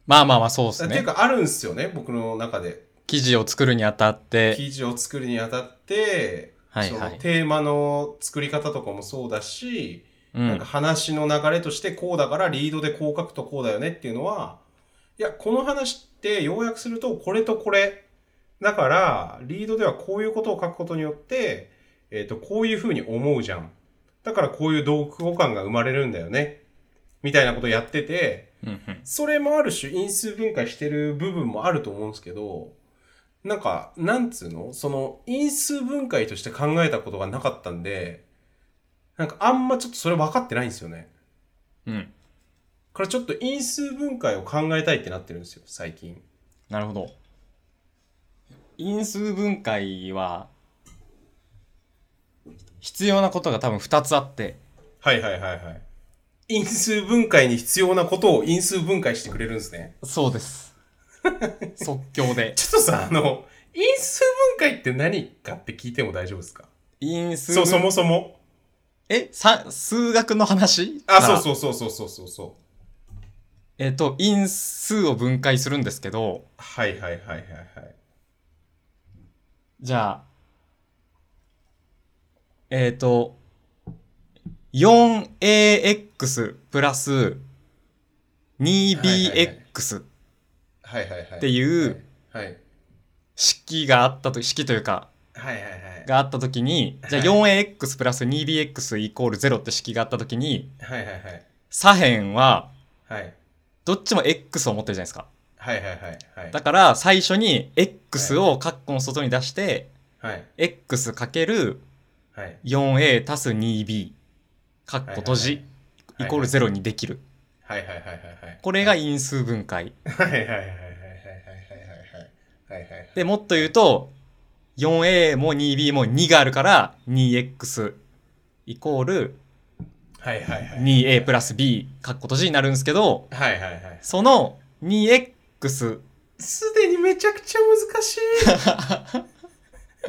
Speaker 1: まあまあまあ、そうっす
Speaker 2: っていう
Speaker 1: ね。
Speaker 2: か、あるんすよね。僕の中で。
Speaker 1: 記事を作るにあたって、
Speaker 2: 記事を作るにあたって、
Speaker 1: はいは
Speaker 2: その
Speaker 1: い。
Speaker 2: テーマの作り方とかもそうだし、
Speaker 1: う
Speaker 2: なん
Speaker 1: ん
Speaker 2: か。話の流れとしてこうだからリードでこう書くとこうだよねっていうのはいやこの話って要約するとこれとこれだからリードではこういうことを書くことによって、えー、とこういうふうに思うじゃんだからこういう同句語感が生まれるんだよねみたいなことやってて
Speaker 1: うんうん
Speaker 2: それもある種因数分解してる部分もあると思うんですけど、なんか、なんつうのその因数分解として考えたことがなかったんで、なんかあんまちょっとそれ分かってないんですよね。
Speaker 1: うん。
Speaker 2: からちょっと因数分解を考えたいってなってるんですよ、最近。
Speaker 1: なるほど。因数分解は、必要なことが多分2つあって、
Speaker 2: はいはいはいはい。因数分解に必要なことを因数分解してくれるんですね。
Speaker 1: そうです。 即興で。
Speaker 2: ちょっとさ、あの、因数分解って何かって聞いても大丈夫ですか
Speaker 1: 因数
Speaker 2: そう、そもそも。
Speaker 1: えさ数学の話
Speaker 2: あ、そう
Speaker 1: う。
Speaker 2: そうそうそうそうそうそう。
Speaker 1: えっ、と、因数を分解するんですけど、
Speaker 2: はいはいはいはいはい。
Speaker 1: じゃあ、えっ、と、4ax プラス
Speaker 2: はいはいはい
Speaker 1: 2bx
Speaker 2: はいはいはい。
Speaker 1: っていう。
Speaker 2: はい。はい
Speaker 1: 式があったと、式というか、
Speaker 2: はいはい。
Speaker 1: があったときに、じゃあ
Speaker 2: はい
Speaker 1: 4ax プラス 2bx イコール0って式があったときに、
Speaker 2: はいはいはい。
Speaker 1: 左辺は、
Speaker 2: はい
Speaker 1: どっちも x を持ってるじゃないですか。
Speaker 2: はいはいはいはい。
Speaker 1: だから、最初に x をカッコの外に出して、
Speaker 2: はい。
Speaker 1: x かける
Speaker 2: はい。
Speaker 1: 4a 足す 2b カッコ閉じイコール0にできる。
Speaker 2: はいはいはいはいはい。
Speaker 1: これが
Speaker 2: はい
Speaker 1: 因数分解。
Speaker 2: はいはいはいはいはいはいはいはいはいはい。
Speaker 1: で、もっと言うと、4a も 2b も2があるから、2x イコール
Speaker 2: はいはいはい。
Speaker 1: 2a プラス b カッコ閉じになるんですけど、
Speaker 2: はいはいはい。
Speaker 1: その 2x、
Speaker 2: すでにめちゃくちゃ難しい。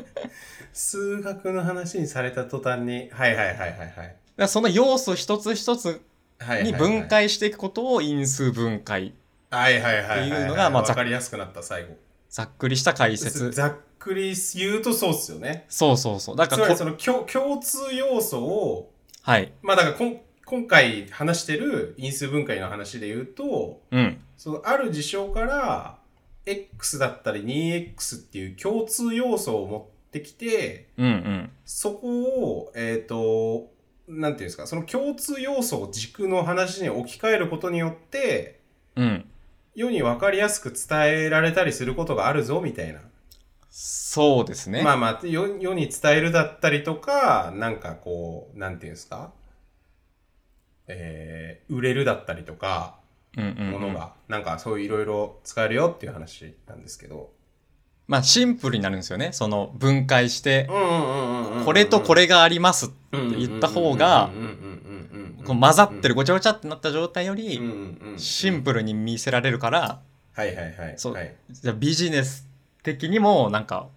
Speaker 2: 数学の話にされた途端に。はいはいはいはいはい。
Speaker 1: その要素一つ一つ
Speaker 2: はい
Speaker 1: に分。解していくことを因数分解。
Speaker 2: はいはいはい。
Speaker 1: っていうのがまあざ
Speaker 2: わ
Speaker 1: っ
Speaker 2: かりやすくなった最後。
Speaker 1: ざっくりした解説。
Speaker 2: ざっくり言うとそうっすよね。
Speaker 1: そうそうそう。だか
Speaker 2: つ
Speaker 1: らこ
Speaker 2: まりその共共通要素を、
Speaker 1: はい。
Speaker 2: まあだからこん今回話してる因数分解の話で言うと、
Speaker 1: うん。
Speaker 2: そのある事象から X だったり 2X っていう共通要素を持ってきて、
Speaker 1: うんうん。
Speaker 2: そこを、えっ、と、なんていうんですか、その共通要素を軸の話に置き換えることによって、
Speaker 1: うん。
Speaker 2: 世に分かりやすく伝えられたりすることがあるぞみたいな。
Speaker 1: そうですね。
Speaker 2: まあまあ世、世に伝えるだったりとか、なんかこう、なんていうんですか、えー、売れるだったりとか、
Speaker 1: うんうんうん
Speaker 2: ものが、なんかそういういろいろ使えるよっていう話なんですけど。
Speaker 1: まあシンプルになるんですよね。その分解して
Speaker 2: う、んうんうんうんうん
Speaker 1: これとこれがありますって
Speaker 2: って
Speaker 1: 言った方が、こう混ざってるごちゃごちゃってなった状態よ
Speaker 2: うんう
Speaker 1: り、
Speaker 2: んうん
Speaker 1: シンプルに見せられるから、
Speaker 2: はいはいはい。
Speaker 1: そう
Speaker 2: はい
Speaker 1: じゃあビジネス的にもなんか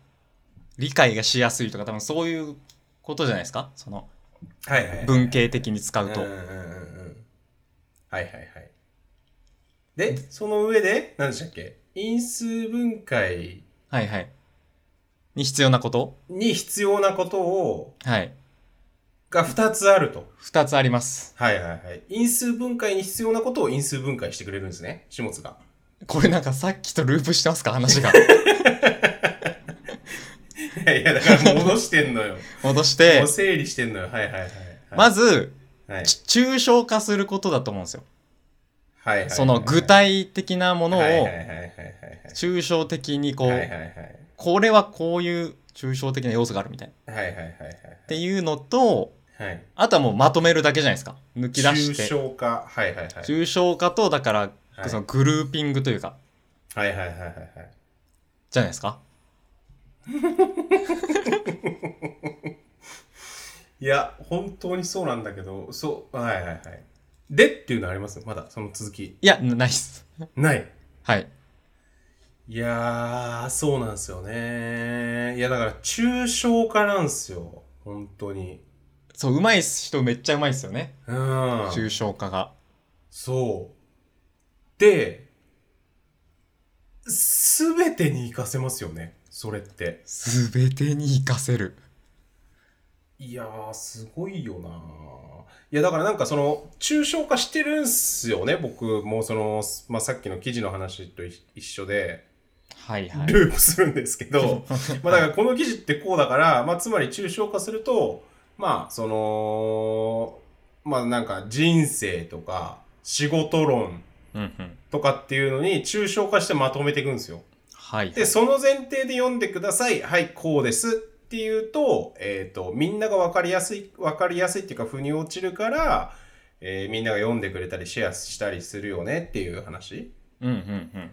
Speaker 1: 理解がしやすいとか多分そういうことじゃないですか。その
Speaker 2: はいはいはい。
Speaker 1: 文系的に使うと
Speaker 2: うん。うんうんうんはいはいはい。で、その上で、何でしたっけ因数分解
Speaker 1: はいはい。に必要なこと
Speaker 2: に必要なことを、
Speaker 1: はい。
Speaker 2: が2つあると。
Speaker 1: 二つあります。
Speaker 2: はいはいはい。因数分解に必要なことを因数分解してくれるんですね。始末が。
Speaker 1: これなんかさっきとループしてますか話が。
Speaker 2: いやいや、だから戻してんの よ。
Speaker 1: 戻して
Speaker 2: もう、整理してんのよ。はいはいはい。
Speaker 1: ま
Speaker 2: ず、
Speaker 1: ず、
Speaker 2: はい
Speaker 1: ち抽象化することだと思うんですよ。
Speaker 2: はいはいはい、
Speaker 1: その具体的なもの
Speaker 2: はいはい
Speaker 1: を
Speaker 2: はいはいはい
Speaker 1: 抽象的にこ、
Speaker 2: はい。はいはいう
Speaker 1: これはこういう抽象的な要素があるみたいな。っ
Speaker 2: はいはいはいはい
Speaker 1: ていうのと、
Speaker 2: はい。はい。
Speaker 1: あとはもうまとめるだけじゃないですか。抜き出し
Speaker 2: 抽
Speaker 1: て。
Speaker 2: 象化。はいはいはい。
Speaker 1: 抽象化と、だから
Speaker 2: はい
Speaker 1: そのグルーピングというか
Speaker 2: はいはいはいはいはい。
Speaker 1: じゃないですか
Speaker 2: いや、本当にそうなんだけど、そう、はいはいはい。でっていうのありますよ、まだ、その続き。
Speaker 1: いやなないっす
Speaker 2: ない。
Speaker 1: はい
Speaker 2: いやー、そうなんですよね。いや、だから、抽象化なんですよ。本当に。
Speaker 1: そううまい人めっちゃうまいっすよね
Speaker 2: うん。
Speaker 1: 抽象化が
Speaker 2: そう。で、すべてに活かせますよね。それって。
Speaker 1: 全てに活かせる
Speaker 2: いやー、すごいよなーいや、だからなんかその、抽象化してるんすよね。僕もその、まあ、さっきの記事の話とい一緒で、
Speaker 1: はいはい
Speaker 2: ループするんですけど、 まあだからこの記事ってこうだから、まあつまり抽象化すると、まあその、まあなんか人生とか仕事論
Speaker 1: うんうん
Speaker 2: とかっていうのに抽象化してまとめていくんですよ。
Speaker 1: はいはい
Speaker 2: で、その前提で読んでください。はい、こうです。っていうと、えっ、と、みんながわかりやすい、わかりやすいっていうか、腑に落ちるから、えーみんなが読んでくれたり、シェアしたりするよねっていう話。
Speaker 1: うんうんうん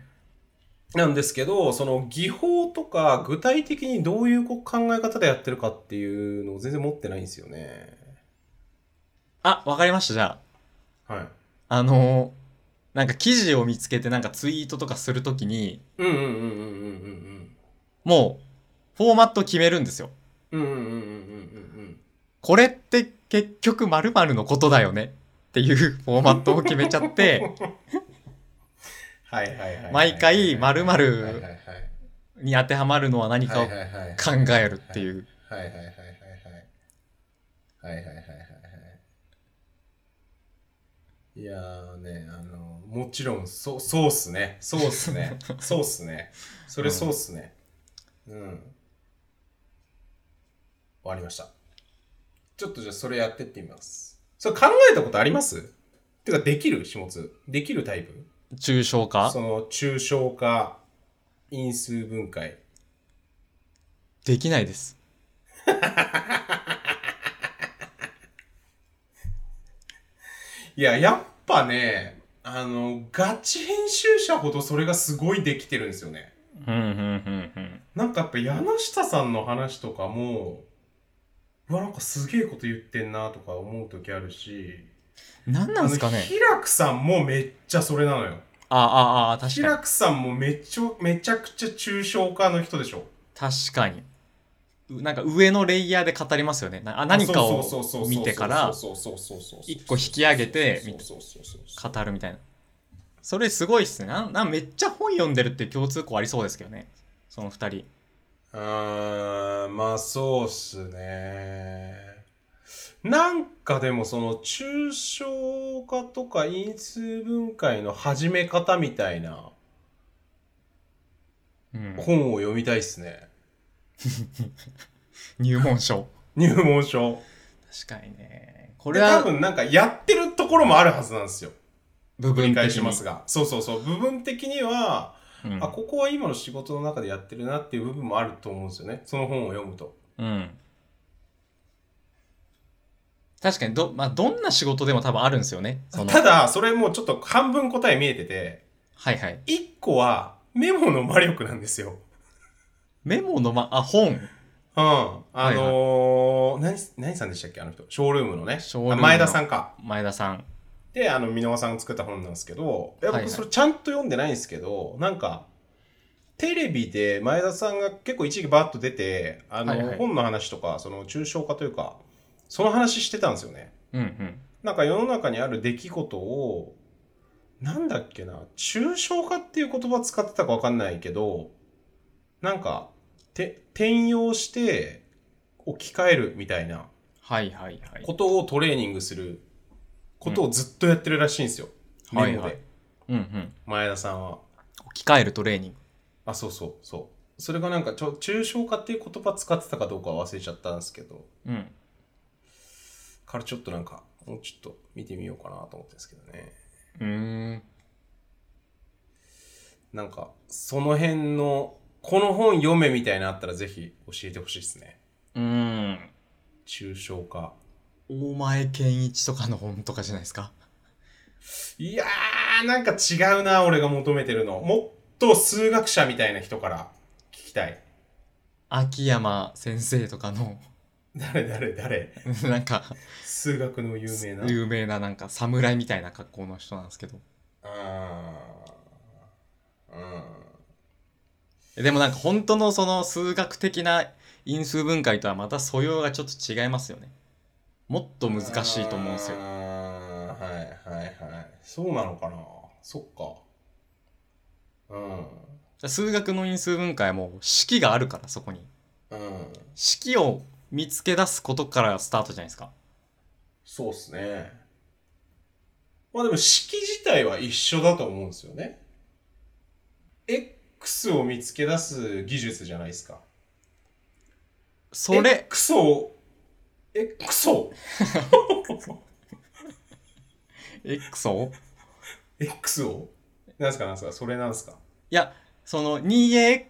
Speaker 2: なんですけど、その技法とか、具体的にどういうこう考え方でやってるかっていうのを全然持ってないんですよね。
Speaker 1: あわかりましたじゃ
Speaker 2: はい。
Speaker 1: ああのーなんか記事を見つけてなんかツイートとかするときに
Speaker 2: うんうんうんうんうん
Speaker 1: もうフォーマット決めるんですよ
Speaker 2: うんうん。うんうんうんうんうん
Speaker 1: これって結局〇〇のことだよねっていうフォーマットを決めちゃ って、
Speaker 2: はいはいはいはいはい。
Speaker 1: 毎回
Speaker 2: 丸
Speaker 1: 〇
Speaker 2: 々
Speaker 1: 〇に当てはまるのは何かを考えるっていう。
Speaker 2: はいはいはいはいはいはいはいはいはいはいいやーねあのもちろんそうそうっすねそうっすねそうっすねそれそうっすねうん、終わりましたちょっとじゃあそれやってってみますそれ考えたことありますてかできる始末できるタイプ
Speaker 1: 抽象化
Speaker 2: その抽象化因数分解
Speaker 1: できないです。
Speaker 2: いや、やっぱね、あの、ガチ編集者ほどそれがすごいできてるんですよね。
Speaker 1: うんうんうんうん。
Speaker 2: なんかやっぱ柳下さんの話とかも、うわ、なんかすげえこと言ってんなとか思う時あるし、
Speaker 1: 何なんですか
Speaker 2: あの
Speaker 1: ね
Speaker 2: 平久さんもめっちゃそれなのよ。
Speaker 1: ああああ、確か
Speaker 2: 平
Speaker 1: に。
Speaker 2: 久さんもめっちゃ、めちゃくちゃ抽象化の人でしょ。
Speaker 1: 確かに。うなんか上のレイヤーで語りますよね。なあ何かを
Speaker 2: そうそうそうそうそう
Speaker 1: 見てから
Speaker 2: そうそうそうそうそう
Speaker 1: 一個引き上げて
Speaker 2: そうそうそうそうそう
Speaker 1: 語るみたいな。それすごいっすね。なんなんめっちゃ本読んでるっていう共通項ありそうですけどね。その二人。
Speaker 2: うーん、まあそうっすね。なんかでもその抽象化とか因数分解の始め方みたいな
Speaker 1: うん、
Speaker 2: 本を読みたいっすね。
Speaker 1: 入門書。
Speaker 2: 入門書。
Speaker 1: 確かにね。こ
Speaker 2: こ
Speaker 1: れ
Speaker 2: れ多
Speaker 1: は
Speaker 2: 分なんかやってるところもあるはずなんですよ。
Speaker 1: 部分
Speaker 2: 理
Speaker 1: 的
Speaker 2: 解
Speaker 1: に
Speaker 2: しますが。そうそうそう。部分的には、
Speaker 1: うん
Speaker 2: あ、ここは今の仕事の中でやってるなっていう部分もあると思うんですよね。その本を読むと。
Speaker 1: うん。確かにど、まあ、どんな仕事でも多分あるんですよね。その
Speaker 2: ただ、それもうちょっと半分答え見えてて、
Speaker 1: はいはい。
Speaker 2: 一個はメモの魔力なんですよ。
Speaker 1: メモのま、あ、本。
Speaker 2: うん。あのー何、何さんでしたっけあの人。ショールームのね。
Speaker 1: ショールーム
Speaker 2: あ
Speaker 1: の
Speaker 2: 前田さんか。
Speaker 1: 前田さん。
Speaker 2: で、あの、箕輪さんが作った本なんですけど、いや
Speaker 1: はいは
Speaker 2: 僕
Speaker 1: い
Speaker 2: それちゃんと読んでないんですけど、なんか、テレビで前田さんが結構一時期バーッと出て、あの、
Speaker 1: はいはい
Speaker 2: 本の話とか、その、抽象化というか、その話してたんですよね。
Speaker 1: うんうん。
Speaker 2: なんか世の中にある出来事を、なんだっけな、抽象化っていう言葉使ってたかわかんないけど、なんか、て、転用して置き換えるみたいな
Speaker 1: はいはいはい。
Speaker 2: ことをトレーニングすることをずっとやってるらしいんですよ。
Speaker 1: うん
Speaker 2: メモ
Speaker 1: はいは
Speaker 2: で
Speaker 1: い、うんうん。
Speaker 2: 前田さんは。
Speaker 1: 置き換えるトレーニング。
Speaker 2: あ、そうそうそう。それがなんかちょ、抽象化っていう言葉使ってたかどうかは忘れちゃったんですけど、
Speaker 1: うん。
Speaker 2: からちょっとなんか、もうちょっと見てみようかなと思ってるんですけどね。
Speaker 1: うーん。
Speaker 2: なんか、その辺の、この本読めみたいなのあったらぜひ教えてほしいですね。
Speaker 1: うーん。
Speaker 2: 抽象化。
Speaker 1: 大前健一とかの本とかじゃないですか。
Speaker 2: いやーなんか違うな俺が求めてるのもっと数学者みたいな人から聞きたい
Speaker 1: 秋山先生とかの
Speaker 2: 誰誰誰
Speaker 1: なんか
Speaker 2: 数学の有名な
Speaker 1: 有名ななんか侍みたいな格好の人なんですけど
Speaker 2: あーうん
Speaker 1: でもなんか本当のその数学的な因数分解とはまた素養がちょっと違いますよねもっと難しいと思うんですよ
Speaker 2: あーはいはいはいそうなのかなそっかうん
Speaker 1: 数学の因数分解はもう式があるからそこに
Speaker 2: うん
Speaker 1: 式を見つけ出すことからスタートじゃないですか
Speaker 2: そうっすねまあでも式自体は一緒だと思うんですよね X を見つけ出す技術じゃないですか
Speaker 1: それ
Speaker 2: X を X を
Speaker 1: X を
Speaker 2: X をなんすかなんすかそれなんすか
Speaker 1: いやその 2ax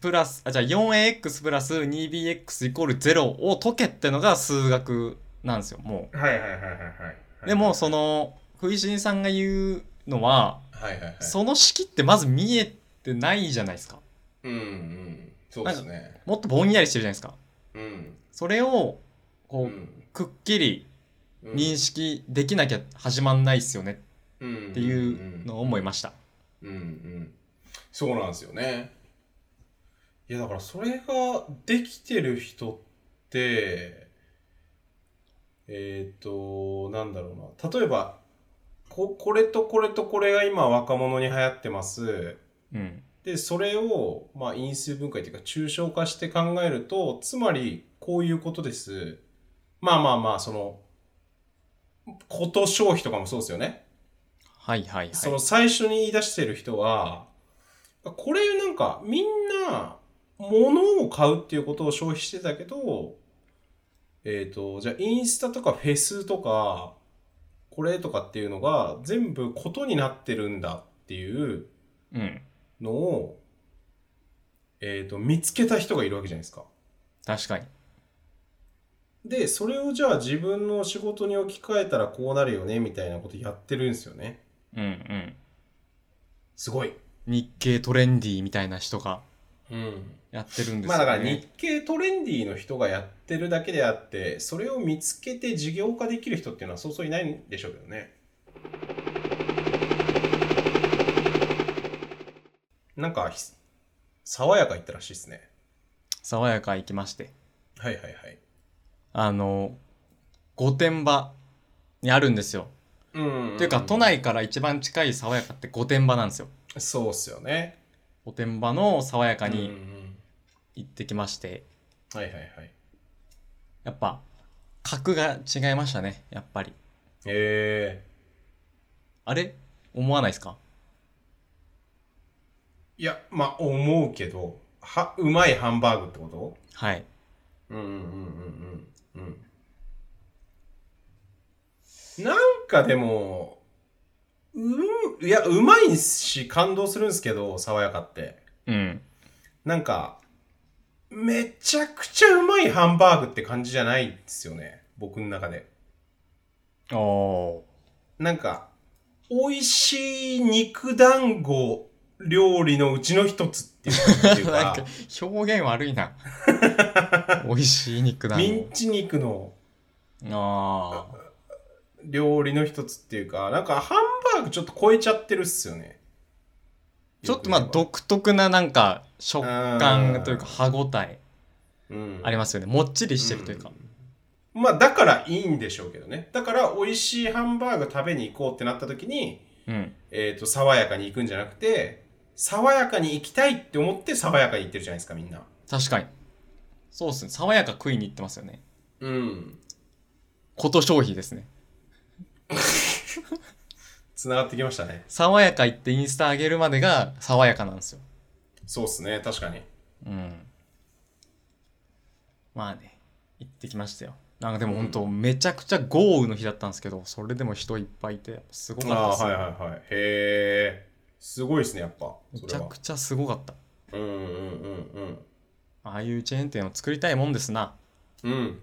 Speaker 1: プラスあじゃあ 4ax プラス 2bx イコール0を解けってのが数学なんですよも
Speaker 2: はいはいはいはいは
Speaker 1: うでもその食いしんさんが言うのは
Speaker 2: はいはいはい
Speaker 1: その式ってまず見えてないじゃないですか
Speaker 2: うんうんそうっすね
Speaker 1: もっとぼんやりしてるじゃないですか
Speaker 2: うん
Speaker 1: それを
Speaker 2: う
Speaker 1: こうんくっきり
Speaker 2: うん
Speaker 1: 認識できなきゃ始まんないっすよね
Speaker 2: っ
Speaker 1: っていうのを思いました
Speaker 2: うんうん、そうなんですよね。いやだからそれができてる人ってえっ、となんだろうな例えばここれとこれとこれが今若者に流行ってます
Speaker 1: うん
Speaker 2: でそれを、まあ、因数分解というか抽象化して考えるとつまりこういうことですまあまあまあそのこと消費とかもそうですよね
Speaker 1: はいはい
Speaker 2: そ
Speaker 1: は
Speaker 2: の
Speaker 1: い
Speaker 2: 最初に言い出してる人は、これなんかみんな物を買うっていうことを消費してたけど、えっ、と、じゃあインスタとかフェスとか、これとかっていうのが全部ことになってるんだっていう
Speaker 1: うん
Speaker 2: のを、えっ、と、見つけた人がいるわけじゃないですか。
Speaker 1: 確かに
Speaker 2: で、それをじゃあ自分の仕事に置き換えたらこうなるよねみたいなことやってるんですよね。
Speaker 1: うんうん
Speaker 2: すごい。
Speaker 1: 日経トレンディーみたいな人が
Speaker 2: うん。
Speaker 1: やってるんですよ、ね、
Speaker 2: まあだから日経トレンディーの人がやってるだけであってそれを見つけて事業化できる人っていうのはそうそういないんでしょうけどね。なんかひ爽やか言ったらしいですね。
Speaker 1: 爽やか行きまして
Speaker 2: はいはいはい。
Speaker 1: あの御殿場にあるんですよ、
Speaker 2: うん
Speaker 1: というか都内から一番近い爽やかって御殿場なんですよ
Speaker 2: そうっすよね。
Speaker 1: 御殿場の爽やか
Speaker 2: うんう
Speaker 1: に
Speaker 2: ん
Speaker 1: 行ってきまして、
Speaker 2: はいはいはい。
Speaker 1: やっぱ格が違いましたねやっぱり
Speaker 2: え
Speaker 1: あれ思わないですか
Speaker 2: ー、いやまあ思うけどはうまいハンバーグってこ
Speaker 1: はい
Speaker 2: とうんうんうんうんうんうん。なんかでもうん、いや、うまいし、感動するんですけど、爽やかって。
Speaker 1: うん
Speaker 2: なんか、めちゃくちゃうまいハンバーグって感じじゃないんですよね。僕の中で。
Speaker 1: おお
Speaker 2: なんか、美味しい肉団子料理のうちの一つっていうかっていう
Speaker 1: なん
Speaker 2: か
Speaker 1: か表現悪い な美味しい肉だ
Speaker 2: ミンチ肉の
Speaker 1: ああ
Speaker 2: 料理の一つっていうか、なんかハンバーグちょっと超えちゃってるっすよね。
Speaker 1: ちょっとまあ
Speaker 2: よく言えば
Speaker 1: 独特ななんか食感というか歯ごたえ
Speaker 2: うん
Speaker 1: ありますよねもっちりしてるというか、
Speaker 2: まあだからいいんでしょうけどねだから美味しいハンバーグ食べに行こうってなった時に、
Speaker 1: うん、
Speaker 2: えー、と爽やかに行くんじゃなくて爽やかに行きたいって思って爽やかに行ってるじゃないですかみんな
Speaker 1: 確かにそうですね爽やか食いに行ってますよね
Speaker 2: うん
Speaker 1: こと消費ですね
Speaker 2: つながってきましたね
Speaker 1: 爽やか行ってインスタ上げるまでが爽やかなんですよ
Speaker 2: そうっすね確かに
Speaker 1: うんまあね行ってきましたよなんかでも本当めちゃくちゃ豪雨の日だったんですけどそれでも人いっぱいいてすごかった
Speaker 2: あ
Speaker 1: で
Speaker 2: あ
Speaker 1: す
Speaker 2: ー
Speaker 1: よ
Speaker 2: はいはいはいへえすごいですねやっぱ
Speaker 1: め
Speaker 2: そ
Speaker 1: ち
Speaker 2: れ
Speaker 1: ゃ
Speaker 2: は
Speaker 1: くちゃすごかった
Speaker 2: うんうんうん
Speaker 1: ああいうチェーン店を作りたいもんですな
Speaker 2: うんうん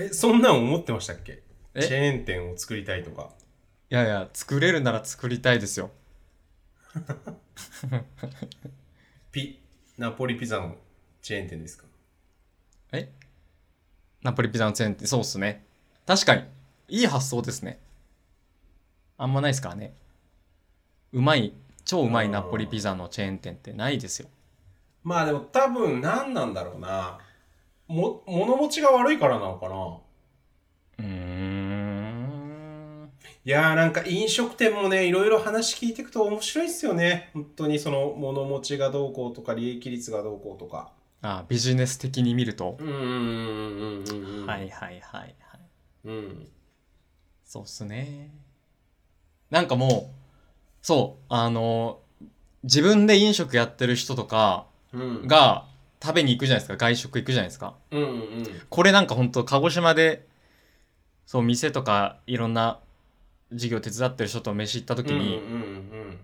Speaker 2: えそんなん思ってましたっけチ
Speaker 1: え
Speaker 2: ェーン店を作りたいとか
Speaker 1: いやいや、作れるなら作りたいですよ。
Speaker 2: ピ、ナポリピザのチェーン店ですか
Speaker 1: えナポリピザのチェーンって、そうっすね。確かに、いい発想ですね。あんまないですからね。うまい、超うまいナポリピザのチェーン店ってないですよ。
Speaker 2: まあでも多分何なんだろうな。も、物持ちが悪いからなのか
Speaker 1: う
Speaker 2: な。
Speaker 1: ーん。
Speaker 2: いやーなんか飲食店もね、いろいろ話聞いていくと面白いっすよね。本当にその物持ちがどうこうとか、利益率がどうこうとか。
Speaker 1: あ、ビジネス的に見ると。
Speaker 2: うんうんうんうんうん。
Speaker 1: はい。はいはいはい。
Speaker 2: うん。
Speaker 1: そうっすね。なんかもう、そう、あの、自分で飲食やってる人とか
Speaker 2: うん。、
Speaker 1: が食べに行くじゃないですか、外食行くじゃないですか。
Speaker 2: うんうん。
Speaker 1: これなんか本当鹿児島でそう店とかいろんな事業手伝ってる人と飯行った時に、
Speaker 2: うんうん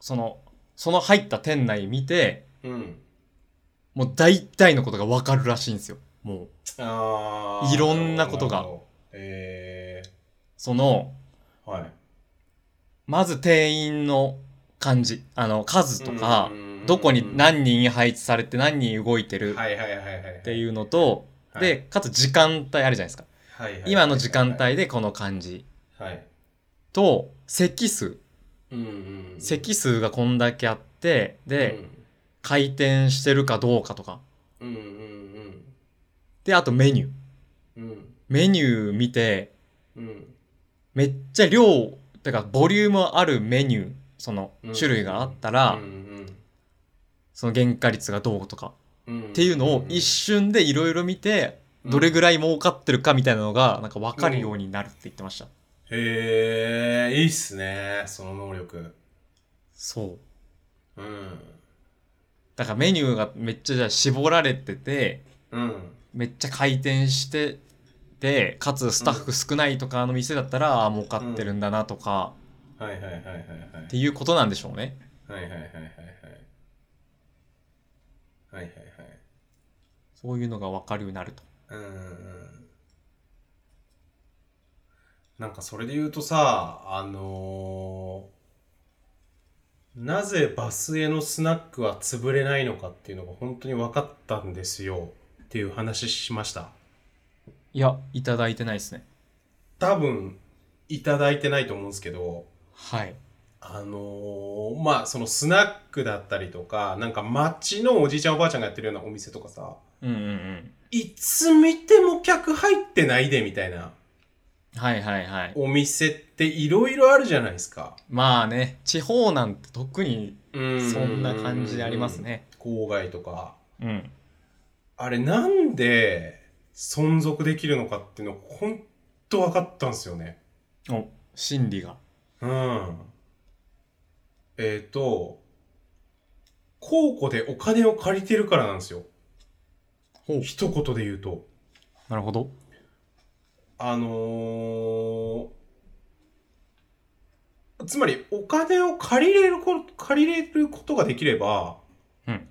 Speaker 1: そのその入った店内見て
Speaker 2: うん。うん。
Speaker 1: もう大体のことが分かるらしいんですよもう
Speaker 2: あー
Speaker 1: いろんなことが。
Speaker 2: るほどえ
Speaker 1: その
Speaker 2: ー、はい。
Speaker 1: まず店員の感じあの数とか、
Speaker 2: うんうんうんうん
Speaker 1: どこに何人配置されて何人動いてる
Speaker 2: はいはいはいはいはい。っ
Speaker 1: っていうのと、
Speaker 2: はい
Speaker 1: でかつ時間帯あるじゃないですか、
Speaker 2: はいはいはいはい
Speaker 1: 今の時間。帯でこの感じ
Speaker 2: はい。
Speaker 1: と席数
Speaker 2: うんうんうん。
Speaker 1: 席数がこんだけあってで、回転してるかどうかとか。
Speaker 2: うんうんうん
Speaker 1: で、あとメニュー。
Speaker 2: うんうん
Speaker 1: メニュー見て、
Speaker 2: うん
Speaker 1: めっちゃ量、てかボリュームあるメニュー、その
Speaker 2: うん
Speaker 1: 種類があったら、
Speaker 2: うん
Speaker 1: その原価率がどうとか
Speaker 2: うんうん
Speaker 1: っていうのを一瞬でいろいろ見て、
Speaker 2: うん
Speaker 1: どれぐらい儲かってるかみたいなのが、なんか分かるようになるって言ってました。
Speaker 2: へえいいっすねその能力
Speaker 1: そう。
Speaker 2: うん
Speaker 1: だからメニューがめっちゃじゃあ絞られてて、
Speaker 2: うん
Speaker 1: めっちゃ回転してて、かつスタッフ少ないとかの店だったら、あー儲かってるんだなとか、
Speaker 2: はいはいはいはいはい
Speaker 1: っていうことなんでしょうね。
Speaker 2: はいはいはいはいはいはいはいはい
Speaker 1: そういうのが分かるようになると。
Speaker 2: うんうんうんなんかそれで言うとさあのーなぜバスへのスナックは潰れないのかっていうのが本当に分かったんですよっていう話しました
Speaker 1: いや、いただいてないですね。
Speaker 2: 多分いただいてないと思うんですけど
Speaker 1: はい。
Speaker 2: あのーまあそのスナックだったりとかなんか街のおじいちゃんおばあちゃんがやってるようなお店とかさ
Speaker 1: うんうんうん。
Speaker 2: いつ見ても客入ってないでみたいな
Speaker 1: はいはいはい。
Speaker 2: お店っていろいろあるじゃないですか
Speaker 1: まあね、地方なんて特にそ
Speaker 2: そ
Speaker 1: んな感じでありますね。
Speaker 2: 郊外とか
Speaker 1: うん。
Speaker 2: あれなんで存続できるのかっていうのほんと分かったんですよね
Speaker 1: お、心理が。
Speaker 2: うん。えっ、と、高庫でお金を借りてるからなんですよ。
Speaker 1: ほう。
Speaker 2: 一言で言うと。
Speaker 1: なるほど。
Speaker 2: あのーつまりお金を借りれるこ、借りれることができれば、
Speaker 1: うん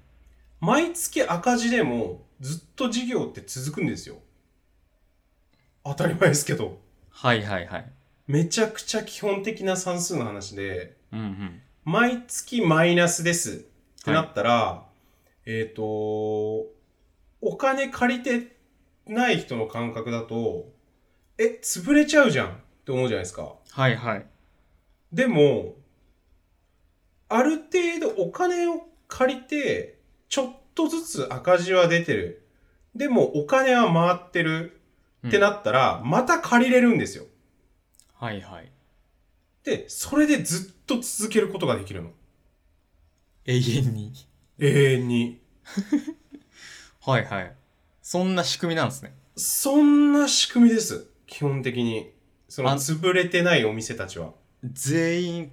Speaker 2: 毎月赤字でもずっと事業って続くんですよ。当たり前ですけど。
Speaker 1: はいはいはい。
Speaker 2: めちゃくちゃ基本的な算数の話で、
Speaker 1: うんうん。
Speaker 2: 毎月マイナスですってなったら、えっ、と、お金借りてない人の感覚だと、え、潰れちゃうじゃんって思うじゃないですか。
Speaker 1: はいはい。
Speaker 2: でも、ある程度お金を借りて、ちょっとずつ赤字は出てる。でもお金は回ってるってなったら、また借りれるんですよ。
Speaker 1: はいはい。
Speaker 2: で、それでずっと続けることができるの。
Speaker 1: 永遠に。
Speaker 2: 永遠に。
Speaker 1: はいはい。そんな仕組みなんですね。
Speaker 2: そんな仕組みです。基本的に。その
Speaker 1: あ
Speaker 2: 潰れてないお店たちは。
Speaker 1: 全員、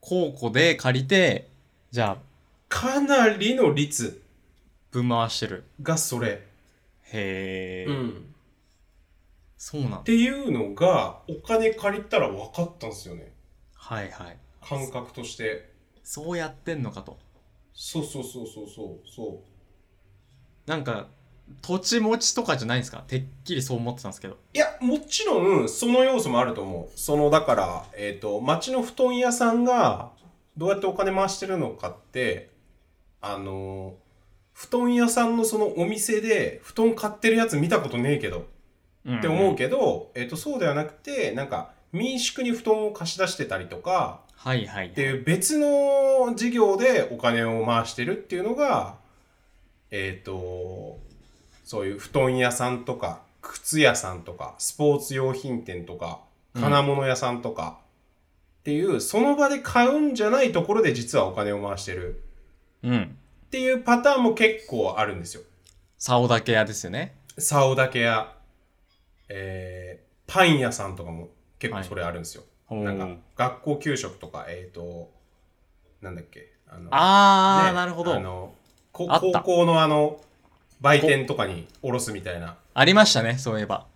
Speaker 1: 高校で借りて、じゃあ、
Speaker 2: かなりの率
Speaker 1: ぶん回してる。
Speaker 2: がそれ。
Speaker 1: へえ、
Speaker 2: ん。
Speaker 1: そうなん
Speaker 2: っ
Speaker 1: だ。
Speaker 2: ていうのが、お金借りたら分かったんですよね。
Speaker 1: はいはい。
Speaker 2: 感覚として。
Speaker 1: そうやってんのかと。
Speaker 2: そうそうそうそうそう。そ
Speaker 1: なんか土地持ちとかじゃないんですかてっきりそう思ってたんですけど。
Speaker 2: いや、もちろん、その要素もあると思う。その、だから、えっ、と、町の布団屋さんが、どうやってお金回してるのかって、あの、布団屋さんのそのお店で、布団買ってるやつ見たことねえけど、
Speaker 1: っ
Speaker 2: って思うけど、えっ、と、そうではなくて、なんか、民宿に布団を貸し出してたりとか、
Speaker 1: はいはい。
Speaker 2: っていう別の事業でお金を回してるっていうのが、えっ、と、そういう布団屋さんとか、靴屋さんとか、スポーツ用品店とか、
Speaker 1: うん
Speaker 2: 金物屋さんとか、っていう、その場で買うんじゃないところで実はお金を回してる
Speaker 1: うん。
Speaker 2: っていうパターンも結構あるんですよ。
Speaker 1: 竿だけ屋ですよね。
Speaker 2: 竿だけや、えーパン屋さんとかも結構それあるんですよ。なんか、学校給食とか、えっ、と、なんだっけ、あの、
Speaker 1: あー、
Speaker 2: ね
Speaker 1: なるほど
Speaker 2: あ。のこ
Speaker 1: あった
Speaker 2: 高校のあの売店とかに卸すみたいな
Speaker 1: ありましたね、そういえば。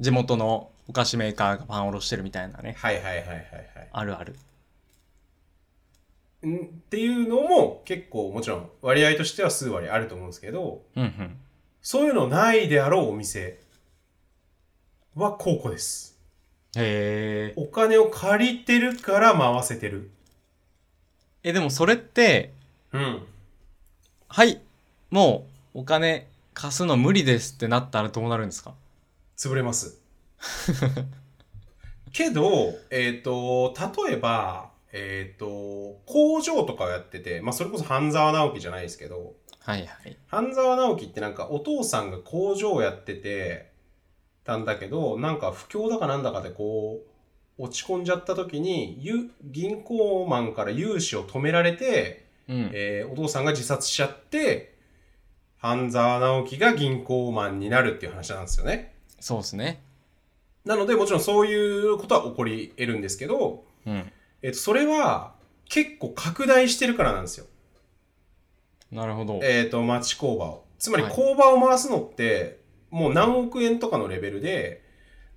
Speaker 1: 地元のお菓子メーカーがパンおろしてるみたいなね。
Speaker 2: はいはいはいはいは
Speaker 1: あるある。
Speaker 2: いんっていうのも結構もちろん割合としては数割あると思うんですけど
Speaker 1: うんうん。
Speaker 2: そういうのないであろうお店は高校です
Speaker 1: へえ。
Speaker 2: お金を借りてるから回せてる
Speaker 1: え、でもそれって、
Speaker 2: うん
Speaker 1: はい、もうお金貸すの無理ですってなったらどうなるんですか
Speaker 2: 潰れます けどえっ、と例えばえっ、と工場とかをやっててまあそれこそ半沢直樹じゃないですけど
Speaker 1: はいはい。
Speaker 2: 半沢直樹ってなんかお父さんが工場をやっててたんだけどなんか不況だかなんだかでこう落ち込んじゃった時にゆ銀行マンから融資を止められて、
Speaker 1: うん。
Speaker 2: えーお父さんが自殺しちゃって半沢直樹が銀行マンになるっていう話なんですよね。
Speaker 1: そうですね。
Speaker 2: なのでもちろんそういうことは起こり得るんですけど、
Speaker 1: うん。
Speaker 2: えっとそれは結構拡大してるからなんですよ。
Speaker 1: なるほど。
Speaker 2: えー、と町工場をつまり
Speaker 1: はい
Speaker 2: 工場を回すのって、もう何億円とかのレベルで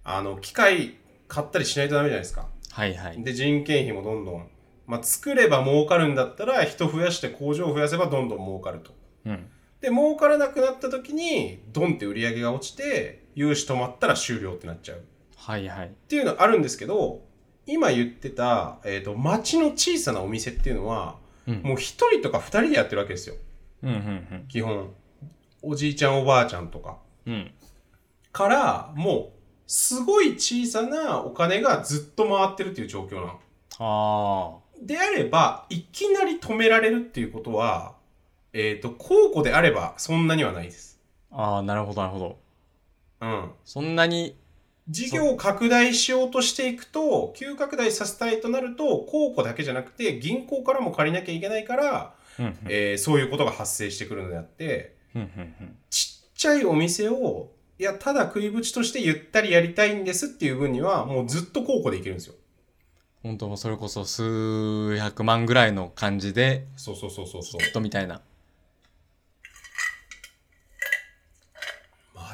Speaker 2: あの機械買ったりしないとダメじゃないですか
Speaker 1: はいはい。
Speaker 2: で人件費もどんどん、まあ、作れば儲かるんだったら人増やして工場を増やせばどんどん儲かると
Speaker 1: うん。
Speaker 2: で儲からなくなった時にドンって売り上げが落ちて融資止まったら終了ってなっちゃうっ
Speaker 1: はいはい。
Speaker 2: ていうのはあるんですけど今言ってた、えー、と町の小さなお店っていうのは
Speaker 1: うん。
Speaker 2: もう1人とか2人でやってるわけですよ
Speaker 1: うんうん
Speaker 2: 基本おじいちゃんおばあちゃんとか
Speaker 1: うん。うん。
Speaker 2: からもうすごい小さなお金がずっと回ってるっていう状況なの。
Speaker 1: あ
Speaker 2: であればいきなり止められるっていうことはえっ、と高庫であればそんなにはないです。
Speaker 1: あ。ああ、なるほどなるほど。
Speaker 2: うん。
Speaker 1: そんなに、
Speaker 2: 事業を拡大しようとしていくと、急拡大させたいとなると、公庫だけじゃなくて、銀行からも借りなきゃいけないから、
Speaker 1: うんうん。
Speaker 2: えーそういうことが発生してくるのであって、
Speaker 1: うんうん
Speaker 2: ちっちゃいお店を、いや、ただ食いぶちとしてゆったりやりたいんですっていう分には、もうずっと高校でいけるんですよ。
Speaker 1: 本当もうそれこそ数百万ぐらいの感じで
Speaker 2: そうそうそうそうそう
Speaker 1: ず。っとみたいな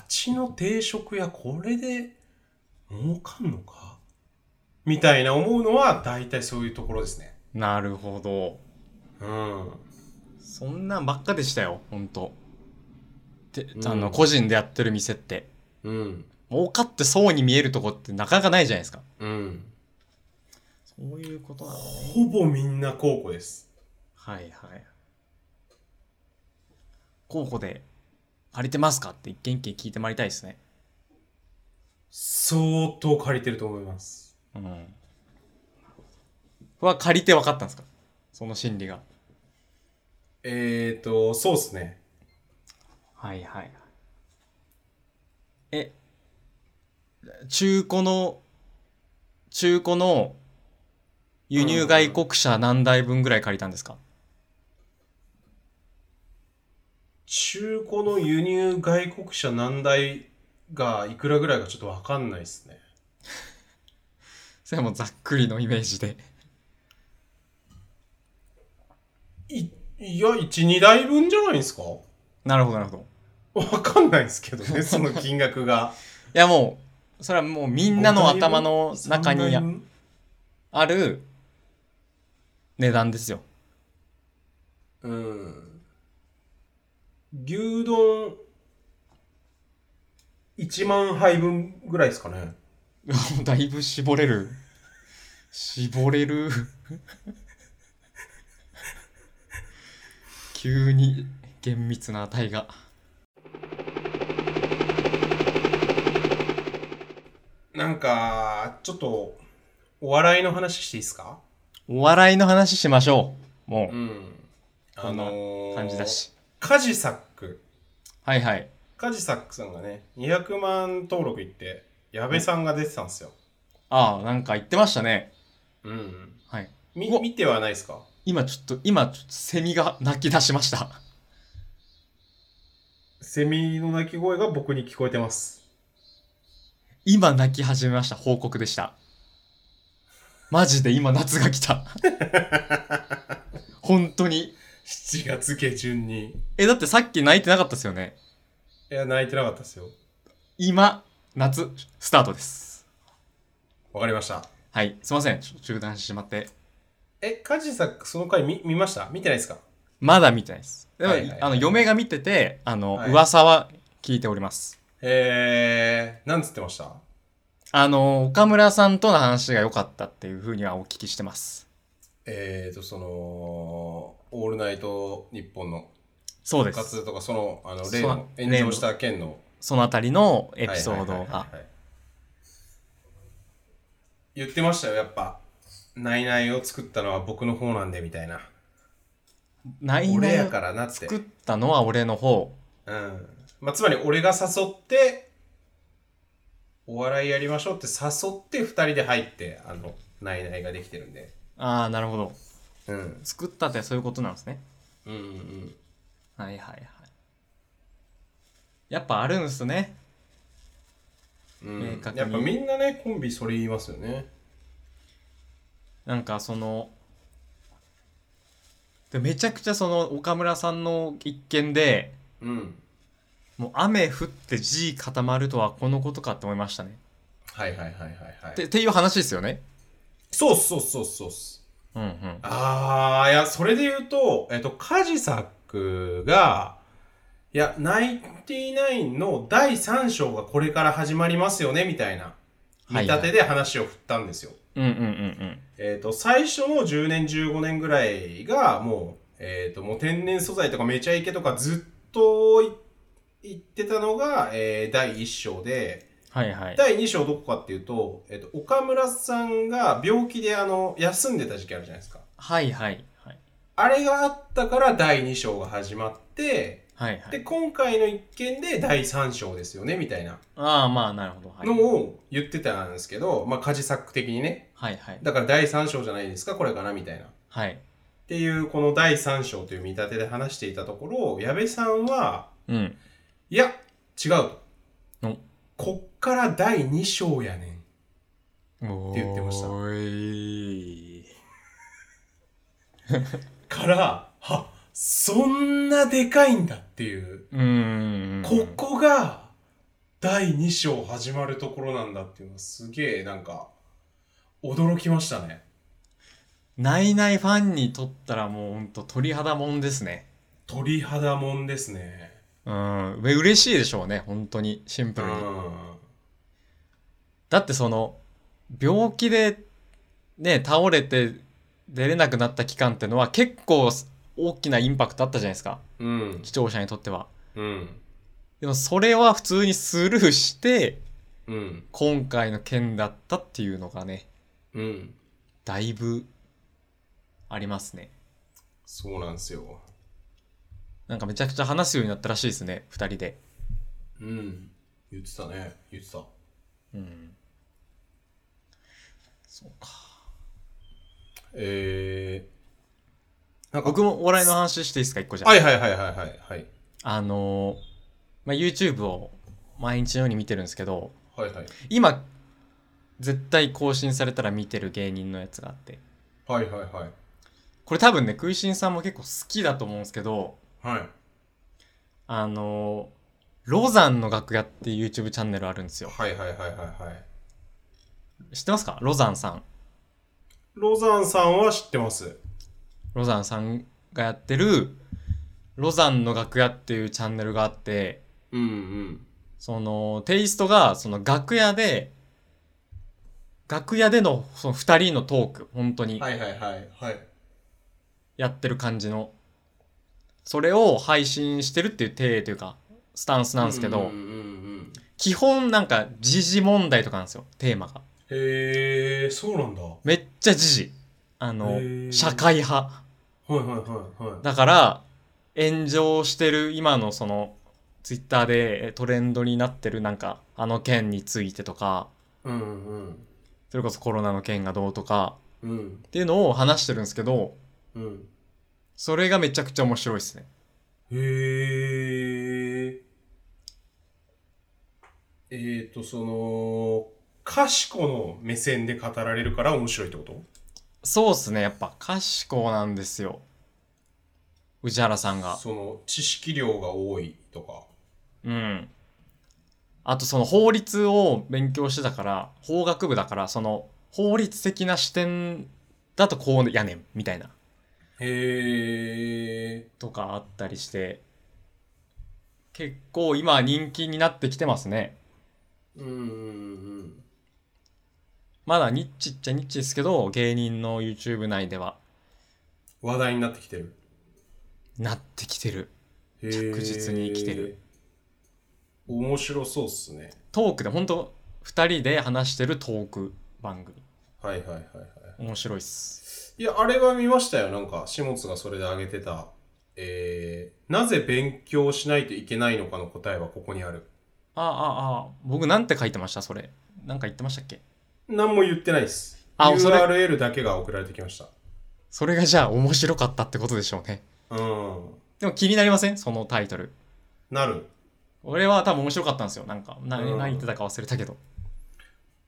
Speaker 2: 町の定食屋、これで儲かんのかみたいな思うのは、大体そういうところですね。
Speaker 1: なるほど
Speaker 2: うん。
Speaker 1: そんなんばっかでしたよ本当で、
Speaker 2: うん
Speaker 1: あの個人でやってる店って
Speaker 2: うん。
Speaker 1: 儲かってそうに見えるとこってなかなかないじゃないですか
Speaker 2: うん。
Speaker 1: そういうことなの
Speaker 2: ほぼみんな高校です。
Speaker 1: はいはい候補で借りてますかって一件一件聞いてまいりたいですね
Speaker 2: 相当借りてると思います。
Speaker 1: うんは借りて分かったんですかその心理が
Speaker 2: えーと、そうですね。
Speaker 1: はいはいはい。え、中古の、中古の輸入外国車何台分ぐらい借りたんですか、
Speaker 2: 中古の輸入外国車何台がいくらぐらいかちょっとわかんないですね。
Speaker 1: それはもうざっくりのイメージで。
Speaker 2: い、いや、1、2台分じゃないですか
Speaker 1: なるほどなるほど。
Speaker 2: わかんないです けどね、その金額が。
Speaker 1: いやもう、それはもうみんなの
Speaker 2: 5台分
Speaker 1: 頭の中
Speaker 2: 3
Speaker 1: に
Speaker 2: 台
Speaker 1: あ
Speaker 2: 分
Speaker 1: ある値段ですよ。
Speaker 2: うん。牛丼1万杯分ぐらいですかね。
Speaker 1: だいぶ絞れる。絞れる。 急に厳密な値が。
Speaker 2: なんか、ちょっと、お笑いの話していいですか
Speaker 1: お笑いの話しましょう。も
Speaker 2: うん。
Speaker 1: こんなう、感じだ。し。
Speaker 2: カジサック。
Speaker 1: はいはい。
Speaker 2: カジサックさんがね、200万登録いって、矢部さんが出てたんですよ。
Speaker 1: ああ、なんか言ってましたね。
Speaker 2: うん。
Speaker 1: はい。
Speaker 2: み
Speaker 1: うわ
Speaker 2: 見てはないですか
Speaker 1: 今ちょっと、今ちょっとセミが鳴き出しました。
Speaker 2: セミの鳴き声が僕に聞こえてます。
Speaker 1: 今泣き始めました報告でしたマジで今夏が来た 本当に
Speaker 2: 7月下旬に。
Speaker 1: えだってさっき泣いてなかったですよね
Speaker 2: いや、泣いてなかったですよ。
Speaker 1: 今夏スタートです
Speaker 2: わかりました。
Speaker 1: はいすいませんちょ中断してしまって
Speaker 2: え、カジサックその回見見ました見てないですか
Speaker 1: まだ見てないですでも、
Speaker 2: はいはいはい
Speaker 1: あの嫁が見ててあの、
Speaker 2: はい
Speaker 1: 噂は聞いております
Speaker 2: えー、なんつってました
Speaker 1: あの岡村さんとの話が良かったっていうふうにはお聞きしてます
Speaker 2: えーと、その、オールナイト日本の
Speaker 1: そうで
Speaker 2: 部
Speaker 1: す
Speaker 2: 活とか、その、あの、
Speaker 1: そう
Speaker 2: 例の炎上した件の
Speaker 1: そのあたりのエピソー
Speaker 2: はい
Speaker 1: ド
Speaker 2: はいはい
Speaker 1: が
Speaker 2: はいはい言ってましたよ、やっぱ。ナイナイを作ったのは僕の方なんで、みたいな。
Speaker 1: ない
Speaker 2: 俺
Speaker 1: な
Speaker 2: や
Speaker 1: い
Speaker 2: からなって。
Speaker 1: 作ったのは俺の方
Speaker 2: うん。まあ、つまり俺が誘って、お笑いやりましょうって誘って、二人で入って、あの、ナイナイができてるんで。
Speaker 1: ああなるほど
Speaker 2: うん。
Speaker 1: 作ったってそういうことなんですね
Speaker 2: うんうんうん。
Speaker 1: はいはいはいやっぱあるんすね
Speaker 2: うん
Speaker 1: 明確に
Speaker 2: やっぱみんなねコンビそれ言いますよね
Speaker 1: なんかそのでめちゃくちゃその岡村さんの一件で
Speaker 2: うん
Speaker 1: もう雨降って地固まるとはこのことかって思いましたね、
Speaker 2: はいはいはいはいは
Speaker 1: て
Speaker 2: い
Speaker 1: っていう話ですよね
Speaker 2: そうっすそうっすそうっすそうっす
Speaker 1: うんうん
Speaker 2: あーいやそれで言うとえっとカジサックがいやナインティナインの第3章がこれから始まりますよねみたいな見
Speaker 1: はいはい
Speaker 2: 立てで話を振ったんですよ、
Speaker 1: うんうんうん
Speaker 2: えっと最初の10年15年ぐらいがもう,、えっともう天然素材とかめちゃイケとかずっとい言ってたのが、えー第1章で
Speaker 1: はいはい
Speaker 2: 第2章どこかっていうと、えっと、岡村さんが病気であの休んでた時期あるじゃないですか。
Speaker 1: はいはいはい
Speaker 2: あれがあったから第2章が始まって、
Speaker 1: はいは
Speaker 2: で、
Speaker 1: い
Speaker 2: 今回の一件で第3章ですよね、みたいな
Speaker 1: ああまあなるほどはい
Speaker 2: のを言ってたんですけど、まあ、家事作的にね。
Speaker 1: はいはい
Speaker 2: だから第3章じゃないですか、これかな、みたいな。っ
Speaker 1: はい
Speaker 2: ていう、この第3章という見立てで話していたところ、矢部さんは、
Speaker 1: うん
Speaker 2: いや、違う
Speaker 1: お
Speaker 2: と。こっから第2章やねん。
Speaker 1: って
Speaker 2: 言ってました
Speaker 1: い
Speaker 2: から、は、そんなでかいんだっていう、
Speaker 1: うーん
Speaker 2: ここが第2章始まるところなんだっていうのはすげえなんか、驚きましたね。
Speaker 1: ないないファンにとったらもうほんと鳥肌もんですね。
Speaker 2: 鳥肌もんですね。
Speaker 1: うん。う嬉しいでしょうね、本当に。シンプ
Speaker 2: う
Speaker 1: ルに。
Speaker 2: ん。
Speaker 1: だってその、病気で、ね、倒れて出れなくなった期間ってのは結構大きなインパクトあったじゃないですか。
Speaker 2: うん。
Speaker 1: 視聴者にとっては。
Speaker 2: うん。
Speaker 1: でもそれは普通にスルーして、
Speaker 2: うん。
Speaker 1: 今回の件だったっていうのがね、
Speaker 2: うん。
Speaker 1: だいぶありますね。
Speaker 2: そうなんですよ。
Speaker 1: なんかめちゃくちゃ話すようになったらしいですね、二人で。
Speaker 2: うん。言ってたね。言ってた。
Speaker 1: うん。そうか。
Speaker 2: えー。なんか、
Speaker 1: 僕もお笑いの話していいですか、一個じゃ。
Speaker 2: はいはいはいはいはい。はい
Speaker 1: あのーまあ、YouTube を毎日のように見てるんですけど、
Speaker 2: はいはい。
Speaker 1: 今、絶対更新されたら見てる芸人のやつがあって。
Speaker 2: はいはいはい。
Speaker 1: これ多分ね、食いしんさんも結構好きだと思うんですけど、
Speaker 2: はい。
Speaker 1: あのーロザンの楽屋っていう YouTube チャンネルあるんですよ。
Speaker 2: はいはいはいはいはい。
Speaker 1: 知ってますかロザンさん。
Speaker 2: ロザンさんは知ってます。
Speaker 1: ロザンさんがやってるロザンの楽屋っていうチャンネルがあって、
Speaker 2: うんうん
Speaker 1: そのテイストがその楽屋で、楽屋でのその二人のトーク、本当に
Speaker 2: はいはいはいはい
Speaker 1: やってる感じの、それを配信してるっていう体というか、スタンスなんですけど、
Speaker 2: うんうんうん
Speaker 1: 基本なんか時事問題とかなんですよ、テーマが。
Speaker 2: へえそうなんだは
Speaker 1: めっちゃ時事。あの
Speaker 2: へ、ー
Speaker 1: 社会派。
Speaker 2: いはいはいはい
Speaker 1: だから炎上してる今のそのツイッターでえトレンドになってるなんかあの件についてとか
Speaker 2: うんうん
Speaker 1: それこそコロナの件がどうとか
Speaker 2: うん
Speaker 1: っていうのを話してるんですけど
Speaker 2: うん
Speaker 1: それがめちゃくちゃ面白いですね
Speaker 2: へええーとその賢の目線で語られるから面白いってこと
Speaker 1: そうっすねやっぱ賢いなんですよ宇治原さんが
Speaker 2: その知識量が多いとか
Speaker 1: うんあとその法律を勉強してたから法学部だからその法律的な視点だとこうやねんみたいな
Speaker 2: へえ
Speaker 1: とかあったりして結構今人気になってきてますね
Speaker 2: うんうんうん
Speaker 1: まだニッチっちゃニッチですけど芸人の YouTube 内では
Speaker 2: 話題になってきてる
Speaker 1: なってきてる
Speaker 2: へー
Speaker 1: 着実に来てる
Speaker 2: 面白そうっすね
Speaker 1: トークで本当二2人で話してるトーク番組
Speaker 2: はいはいはいはい
Speaker 1: 面白いっす
Speaker 2: いやあれは見ましたよなんか下津がそれで挙げてたえー、なぜ勉強しないといけないのかの答えはここにある
Speaker 1: ああああ僕なんて書いてましたそれなんか言ってましたっけ
Speaker 2: 何も言ってないっす
Speaker 1: あそれ
Speaker 2: URL だけが送られてきました
Speaker 1: それがじゃあ面白かったってことでしょうね
Speaker 2: うん
Speaker 1: でも気になりませんそのタイトル
Speaker 2: なる
Speaker 1: 俺は多分面白かったんですよなんかな
Speaker 2: うん
Speaker 1: 何言ってたか忘れたけど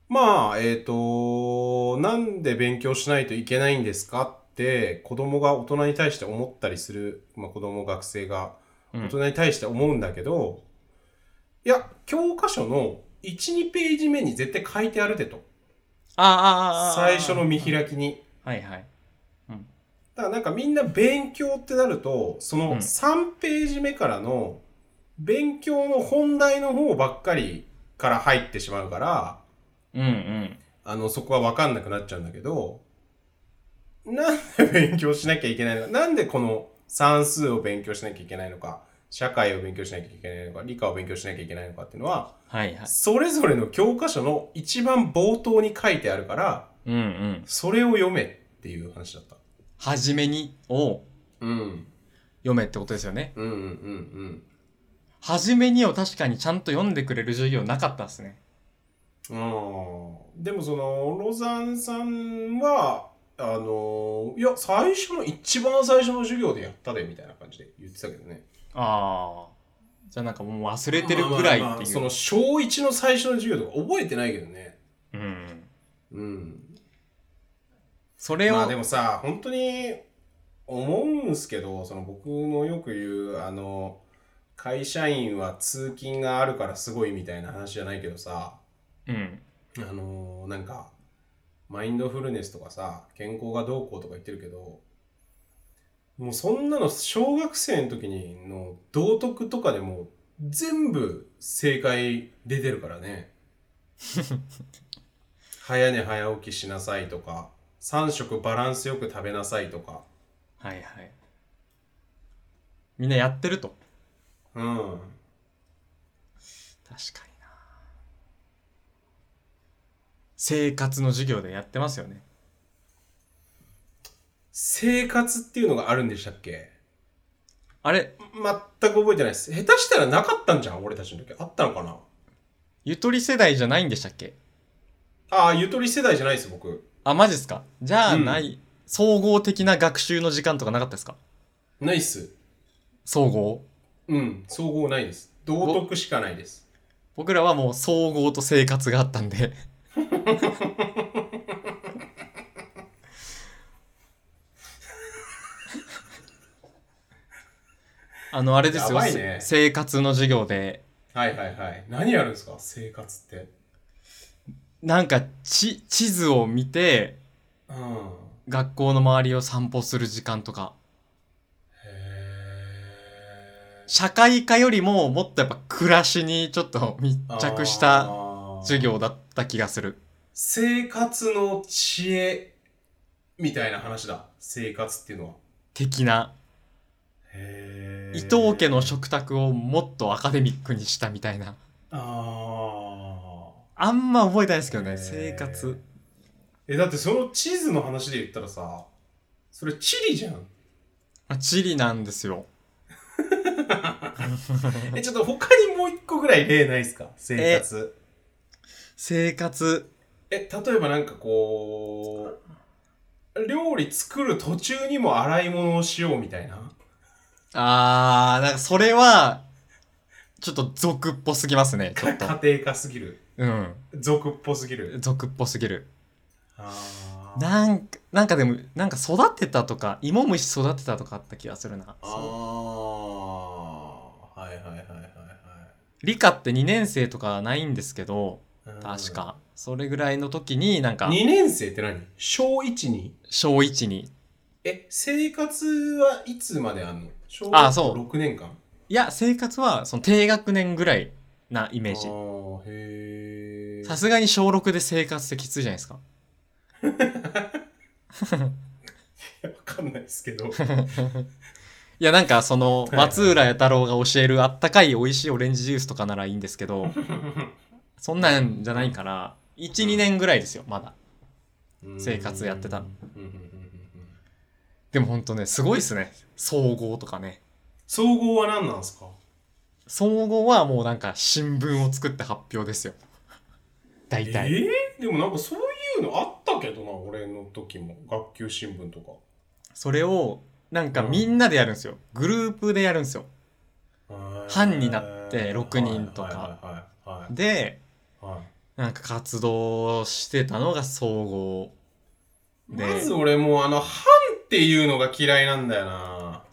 Speaker 2: まあ、えっ、と、なんで勉強しないといけないんですかって、子供が大人に対して思ったりする、まあ子供、学生が、
Speaker 1: うん
Speaker 2: 大人に対して思うんだけど、いや、教科書の1、2ページ目に絶対書いてあるでと。
Speaker 1: ああああああ
Speaker 2: 最初の見開きに。
Speaker 1: はいはい
Speaker 2: だからなんかみんな勉強ってなると、そ
Speaker 1: うん
Speaker 2: の3ページ目からの、勉強の本題の方ばっかりから入ってしまうから、
Speaker 1: うんうん
Speaker 2: あの、そこは分かんなくなっちゃうんだけど、なんで勉強しなきゃいけないのか、なんでこの算数を勉強しなきゃいけないのか、社会を勉強しなきゃいけないのか、理科を勉強しなきゃいけないのかっていうのは、
Speaker 1: はいはい。
Speaker 2: それぞれの教科書の一番冒頭に書いてあるから、
Speaker 1: うんうん。
Speaker 2: それを読めっていう話だった。
Speaker 1: はじめにを
Speaker 2: うん。
Speaker 1: 読めってことですよね。
Speaker 2: うんうんうん
Speaker 1: はじめにを確かにちゃんと読んでくれる授業なかったっすね。
Speaker 2: うん。でもその、ロザンさんは、あの、いや、最初の、一番最初の授業でやったで、みたいな感じで言ってたけどね。
Speaker 1: ああ。じゃあなんかもう忘れてるぐらい
Speaker 2: まあまあ
Speaker 1: って
Speaker 2: まあ
Speaker 1: いう。
Speaker 2: その小一の最初の授業とか覚えてないけどね
Speaker 1: うん。
Speaker 2: うん
Speaker 1: それを、
Speaker 2: まあでもさ本当に思うんすけどその僕のよく言うあの会社員は通勤があるからすごいみたいな話じゃないけどさ
Speaker 1: うん。
Speaker 2: あのなんかマインドフルネスとかさ健康がどうこうとか言ってるけどもうそんなの小学生の時にの道徳とかでも全部正解出てるからね早寝早起きしなさいとか3食バランスよく食べなさいとか
Speaker 1: はいはい。みんなやってると。
Speaker 2: うん
Speaker 1: 確かにな。生活の授業でやってますよね。
Speaker 2: 生活っていうのがあるんでしたっけ
Speaker 1: あれ、
Speaker 2: 全く覚えてないです下手したらなかったんじゃん俺たちの時あったのかな
Speaker 1: ゆとり世代じゃないんでしたっけ
Speaker 2: ああゆとり世代じゃないです僕
Speaker 1: あ、マジっすかじゃあ
Speaker 2: うん
Speaker 1: ない、総合的な学習の時間とかなかったですか
Speaker 2: ないっす
Speaker 1: 総合
Speaker 2: うん、総合ないです。道徳しかないです。
Speaker 1: 僕らはもう総合と生活があったん であのあれです
Speaker 2: や
Speaker 1: よ、
Speaker 2: ばいね
Speaker 1: せ生活の授業で
Speaker 2: はいはいはい。何やるんですか生活って。
Speaker 1: なんかち地図を見て
Speaker 2: うん。
Speaker 1: 学校の周りを散歩する時間とか
Speaker 2: へ
Speaker 1: 社会科よりももっとやっぱ暮らしにちょっと密着した授業だった気がする。
Speaker 2: 生活の知恵みたいな話だ生活っていうのは
Speaker 1: 的な。
Speaker 2: へー
Speaker 1: 伊藤家の食卓をもっとアカデミックにしたみたいな。
Speaker 2: あ
Speaker 1: あんま覚えてないですけど
Speaker 2: へ
Speaker 1: ね、
Speaker 2: ー
Speaker 1: 生活。
Speaker 2: ーえだってその地図の話で言ったらさそれ地理じゃん
Speaker 1: まあ地理なんですよ。
Speaker 2: えちょっと他にもう一個ぐらい例ないですか生活
Speaker 1: 生活。
Speaker 2: え例えばなんかこう料理作る途中にも洗い物をしようみたいな
Speaker 1: あー、なんかそれは、ちょっと俗っぽすぎますね、ちょっと。
Speaker 2: か家庭科すぎる
Speaker 1: うん。
Speaker 2: 俗っぽすぎる
Speaker 1: 俗っぽすぎる。
Speaker 2: あー
Speaker 1: なんか、なんかでも、なんか育てたとか、芋虫育てたとかあった気がするな。
Speaker 2: あーはいはいはいはい
Speaker 1: 理科って2年生とかないんですけど、
Speaker 2: はいうん
Speaker 1: 確か。それぐらいの時に、なんか、
Speaker 2: 2年生って何小1に
Speaker 1: 小1に。
Speaker 2: え生活はいつまであんの小
Speaker 1: あそう
Speaker 2: 6年間
Speaker 1: いや、生活は、その低学年ぐらいなイメージ
Speaker 2: あ。ーへえ
Speaker 1: さすがに小6で生活ってきついじゃないですか。
Speaker 2: わかんないですけど
Speaker 1: いや、なんかその、
Speaker 2: はいはい
Speaker 1: 松浦弥太郎が教えるあったかい美味しいオレンジジュースとかならいいんですけ ど、そんなんじゃないから、1、2年ぐらいですよ、まだ。 生活やってたの
Speaker 2: うんうんうんうんうん
Speaker 1: でもほんとね、すごいですね。総合とかね。
Speaker 2: 総合は何なんですか
Speaker 1: 総合はもうなんか新聞を作って発表ですよ。大体。
Speaker 2: えーでもなんかそういうのあったけどな俺の時も学級新聞とか
Speaker 1: それを、なんかみんなでやるんですよ。グループでやるんですよ。班になって六人とか
Speaker 2: はいはいはいはい
Speaker 1: で、
Speaker 2: はい
Speaker 1: なんか活動してたのが総合。で
Speaker 2: まず俺もうあの、班っていうのが嫌いなんだよ な。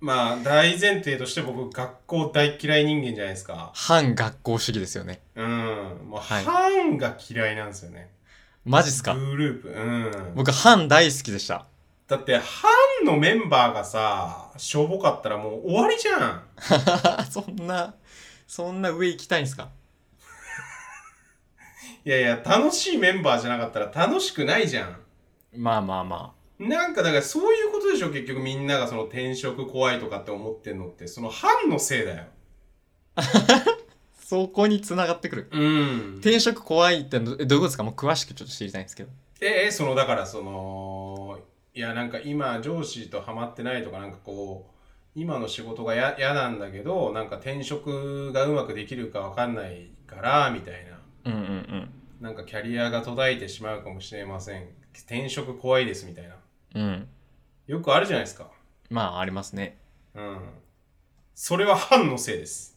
Speaker 2: まあ、大前提として僕、学校大嫌い人間じゃないですか。
Speaker 1: 反学校主義ですよね。
Speaker 2: うん。もう、
Speaker 1: はい
Speaker 2: 班が嫌いなんですよね。
Speaker 1: マジっすか
Speaker 2: グループ。うん。
Speaker 1: 僕、反大好きでした。
Speaker 2: だって、班のメンバーがさ、しょぼかったらもう終わりじゃん。
Speaker 1: そんな、そんな上行きたいんすか
Speaker 2: いやいや、楽しいメンバーじゃなかったら楽しくないじゃん。
Speaker 1: まあまあま
Speaker 2: なんかだからそういうことでしょ結局みんながその転職怖いとかって思ってんのってその班のせいだよ。
Speaker 1: あ。そこに繋がってくる。
Speaker 2: うん。
Speaker 1: 転職怖いってのえどういうことですかもう詳しくちょっと知りたいんですけど。
Speaker 2: ええそのだからそのいやなんか今上司とハマってないとかなんかこう今の仕事がや嫌なんだけどなんか転職がうまくできるかわかんないからみたいな
Speaker 1: うんうんうん。
Speaker 2: なんかキャリアが途絶えてしまうかもしれません転職怖いですみたいな
Speaker 1: うん。
Speaker 2: よくあるじゃないですか
Speaker 1: まあ、ありますね。
Speaker 2: うんそれは班のせいです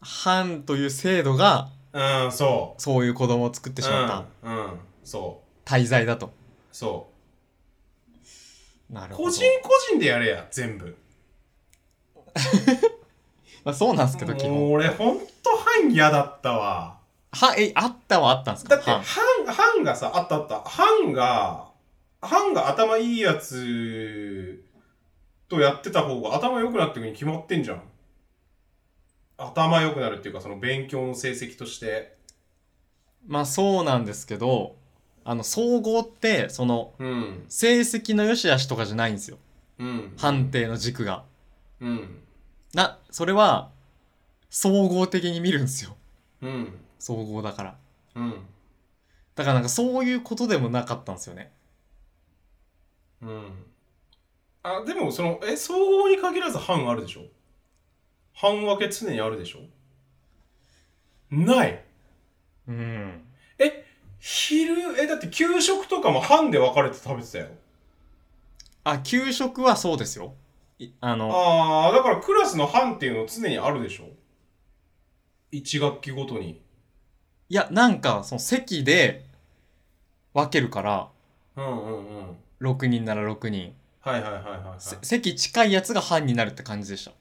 Speaker 1: 反という制度が、
Speaker 2: うんそう
Speaker 1: そういう子供を作ってしまった
Speaker 2: うん、うん、そう
Speaker 1: 滞在だと。
Speaker 2: そう
Speaker 1: なるほど。
Speaker 2: 個人個人でやれや全部
Speaker 1: まあ、そうなんですけど、基
Speaker 2: もう
Speaker 1: 本。
Speaker 2: 俺ほんと班嫌だったわ
Speaker 1: は、え、あったはあったんですか
Speaker 2: だって、ハン、ハンがさ、あったあった。ハンが、ハンが頭いいやつとやってた方が頭良くなってくに決まってんじゃん。頭良くなるっていうか、その勉強の成績として。
Speaker 1: まあそうなんですけど、あの、総合って、その、
Speaker 2: うん。
Speaker 1: 成績の良し悪しとかじゃないんですよ。
Speaker 2: うん。
Speaker 1: 判。定の軸が。
Speaker 2: うん。
Speaker 1: な、それは、総合的に見るんですよ。
Speaker 2: うん。
Speaker 1: 総合だから。
Speaker 2: うん。
Speaker 1: だからなんかそういうことでもなかったんですよね。
Speaker 2: うん。あ、でも、その、え、総合に限らず班あるでしょ班分け常にあるでしょない。
Speaker 1: うん。
Speaker 2: え、昼、え、だって給食とかも班で分かれて食べてたよ。
Speaker 1: あ、給食はそうですよ。いあの、
Speaker 2: ああ、だからクラスの班っていうの常にあるでしょ一学期ごとに。
Speaker 1: いや、なんか、その席で分けるから、
Speaker 2: うんうんうん。
Speaker 1: 6人なら6人。
Speaker 2: はいはいはいは
Speaker 1: せ
Speaker 2: い
Speaker 1: 席近いやつが班になるって感じでした。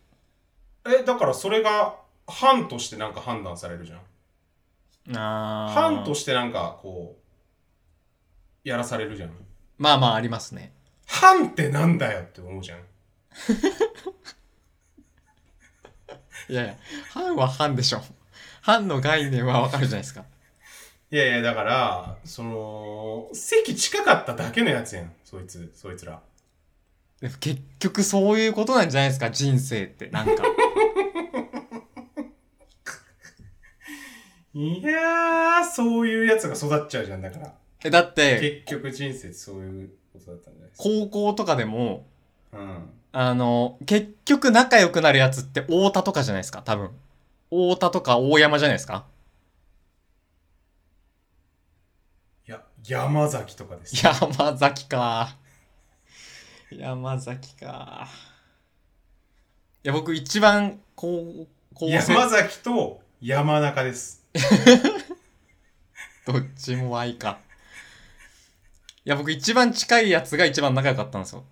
Speaker 2: はい。え、だからそれが班としてなんか判断されるじゃん。
Speaker 1: あー
Speaker 2: 班としてなんかこう、やらされるじゃん。
Speaker 1: まあまあありますね。
Speaker 2: 班ってなんだよって思うじゃん。
Speaker 1: いやいや、半は半でしょ。半の概念はわかるじゃないですか。
Speaker 2: いやいや、だから、その、席近かっただけのやつやん、そいつ、そいつら。
Speaker 1: でも結局そういうことなんじゃないですか、人生って。なんか。
Speaker 2: いやー、そういうやつが育っちゃうじゃん、だから。
Speaker 1: えだ って、
Speaker 2: 結局人生ってそういうことだったんじゃないですか。
Speaker 1: 高校とかでも、
Speaker 2: うん。
Speaker 1: あの、結局仲良くなるやつって太田とかじゃないですか、多分。太田とか大山じゃないですか。
Speaker 2: いや、山崎とかです。
Speaker 1: 山崎か。山崎か。いや、僕一番、こう、こうせ、
Speaker 2: 山崎と山中です。
Speaker 1: どっちも Y か。いや、僕一番近いやつが一番仲良かったんですよ。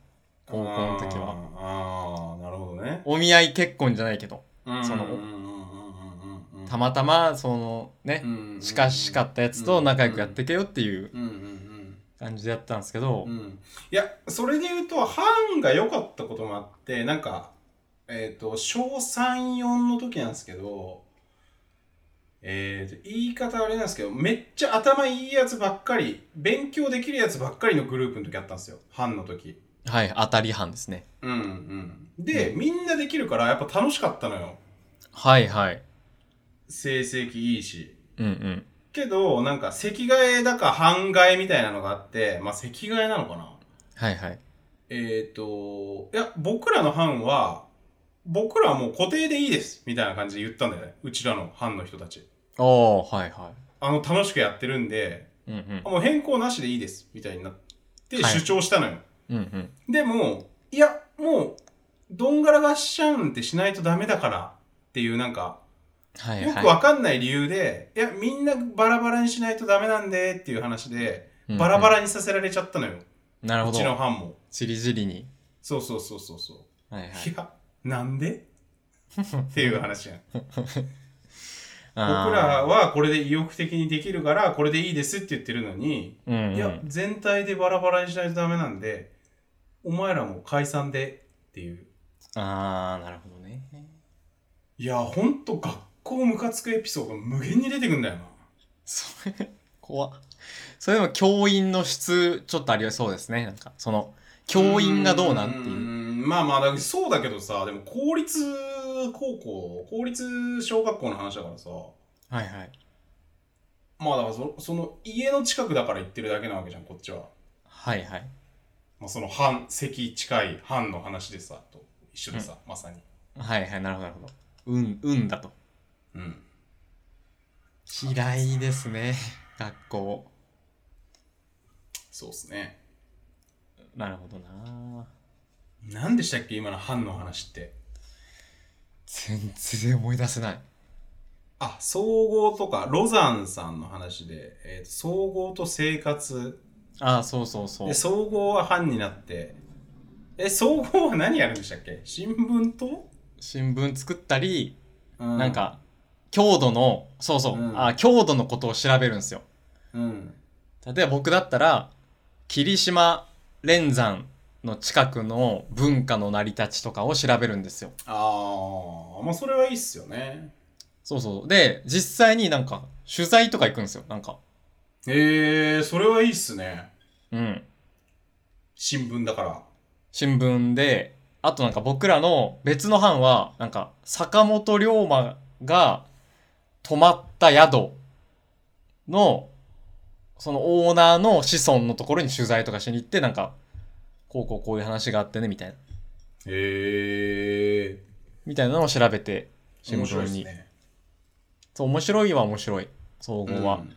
Speaker 1: 高校の時は。
Speaker 2: あーあー、なるほどね。
Speaker 1: お見合い結婚じゃないけど、その
Speaker 2: うんうんうんうんうん
Speaker 1: たまたま、そのね、近しかったやつと仲良くやっていけよっていう
Speaker 2: うんうんうん
Speaker 1: 感じでやってたんですけど
Speaker 2: う、ん、いやそれで言うと班が良かったこともあってなんかえっ、と小34の時なんですけどえーと言い方あれなんですけどめっちゃ頭いいやつばっかり勉強できるやつばっかりのグループの時あったんですよ班の時
Speaker 1: はい、当たり班ですね。
Speaker 2: うんうんで、みんなできるからやっぱ楽しかったのよ
Speaker 1: はいはい。
Speaker 2: 成績いいし
Speaker 1: うんうん。
Speaker 2: けどなんか席替えだか班替えみたいなのがあってまあ席替えなのかな
Speaker 1: はいはい。
Speaker 2: えっ、と、いや、僕らの班は、僕らはもう固定でいいです、みたいな感じで言ったんだよね。うちらの班の人たち。
Speaker 1: おー、はいは
Speaker 2: あの、楽しくやってるんで、
Speaker 1: い。うんうん。
Speaker 2: もう変更なしでいいです、みたいになって
Speaker 1: はい
Speaker 2: 主張したのよ。
Speaker 1: うんうん。
Speaker 2: でも、いや、もう、どんがらがっしゃんってしないとダメだからっていうなんか、
Speaker 1: はい
Speaker 2: よ
Speaker 1: はい。
Speaker 2: くわかんない理由で、いや、みんなバラバラにしないとダメなんでっていう話で、バラバ
Speaker 1: ラ。
Speaker 2: ラにさせられちゃったのよ。
Speaker 1: なるほ
Speaker 2: うちの
Speaker 1: ど。
Speaker 2: 班も。
Speaker 1: ちりじりに。
Speaker 2: そうそうそうそうそう。
Speaker 1: はいはい。
Speaker 2: いや、な んでっていう話やん。僕
Speaker 1: あー
Speaker 2: ら、はこれで意欲的にできるから、これでいいですって言ってるのに、
Speaker 1: うんうん、
Speaker 2: いや、全体でバラバラにしないとダメなんで、お前らも解散でっていう。
Speaker 1: あー、なるほどね。
Speaker 2: いや、ほんと学校ムカつくエピソード無限に出てくんだよな。
Speaker 1: それ、怖っそれでも教員の質、ちょっとありそうですね。なんか、その、教員がどうなんって
Speaker 2: ー
Speaker 1: いう。
Speaker 2: んまあまあ、だけどそうだけどさ、でも公立高校、公立小学校の話だからさ、
Speaker 1: はいはい。
Speaker 2: まあだからそその家の近くだから行ってるだけなわけじゃん、こっちは。
Speaker 1: はいはい。
Speaker 2: まあ、その半席近い半の話でさと一緒でさ、まさに、
Speaker 1: はいはい、なるほど、なるほど。うん、うんだと。
Speaker 2: うん、
Speaker 1: 嫌いですね。 学校。
Speaker 2: そうっすね
Speaker 1: なるほどな
Speaker 2: 何でしたっけ今の半の話って
Speaker 1: 全然思い出せない。
Speaker 2: あ総合とかロザンさんの話で、えーと総合と生活
Speaker 1: あー、そうそうそう
Speaker 2: で。総合は半になってえ総合は何やるんでしたっけ新聞と、
Speaker 1: 新聞作ったり、
Speaker 2: う
Speaker 1: なん、か、強度の、そうそう、
Speaker 2: うん
Speaker 1: あー強度のことを調べるんですよ。
Speaker 2: うん、
Speaker 1: 例えば僕だったら霧島連山の近くの文化の成り立ちとかを調べるんですよ。
Speaker 2: ああまあそれはいいっすよね
Speaker 1: そうそう。で、実際になんか取材とか行くんですよ。なんか。
Speaker 2: えー、それはいいっすね
Speaker 1: うん。
Speaker 2: 新聞だから
Speaker 1: 新聞で、あとなんか僕らの別の班は、なんか坂本龍馬が泊まった宿の、そのオーナーの子孫のところに取材とかしに行って、なんか、こうこうこういう話があってね、みたいな。
Speaker 2: へえ
Speaker 1: みたいなのを調べて、
Speaker 2: ー、
Speaker 1: 新
Speaker 2: 面白
Speaker 1: 聞
Speaker 2: いっす
Speaker 1: に
Speaker 2: ね
Speaker 1: そう、面白いは面白い。総合は。
Speaker 2: うん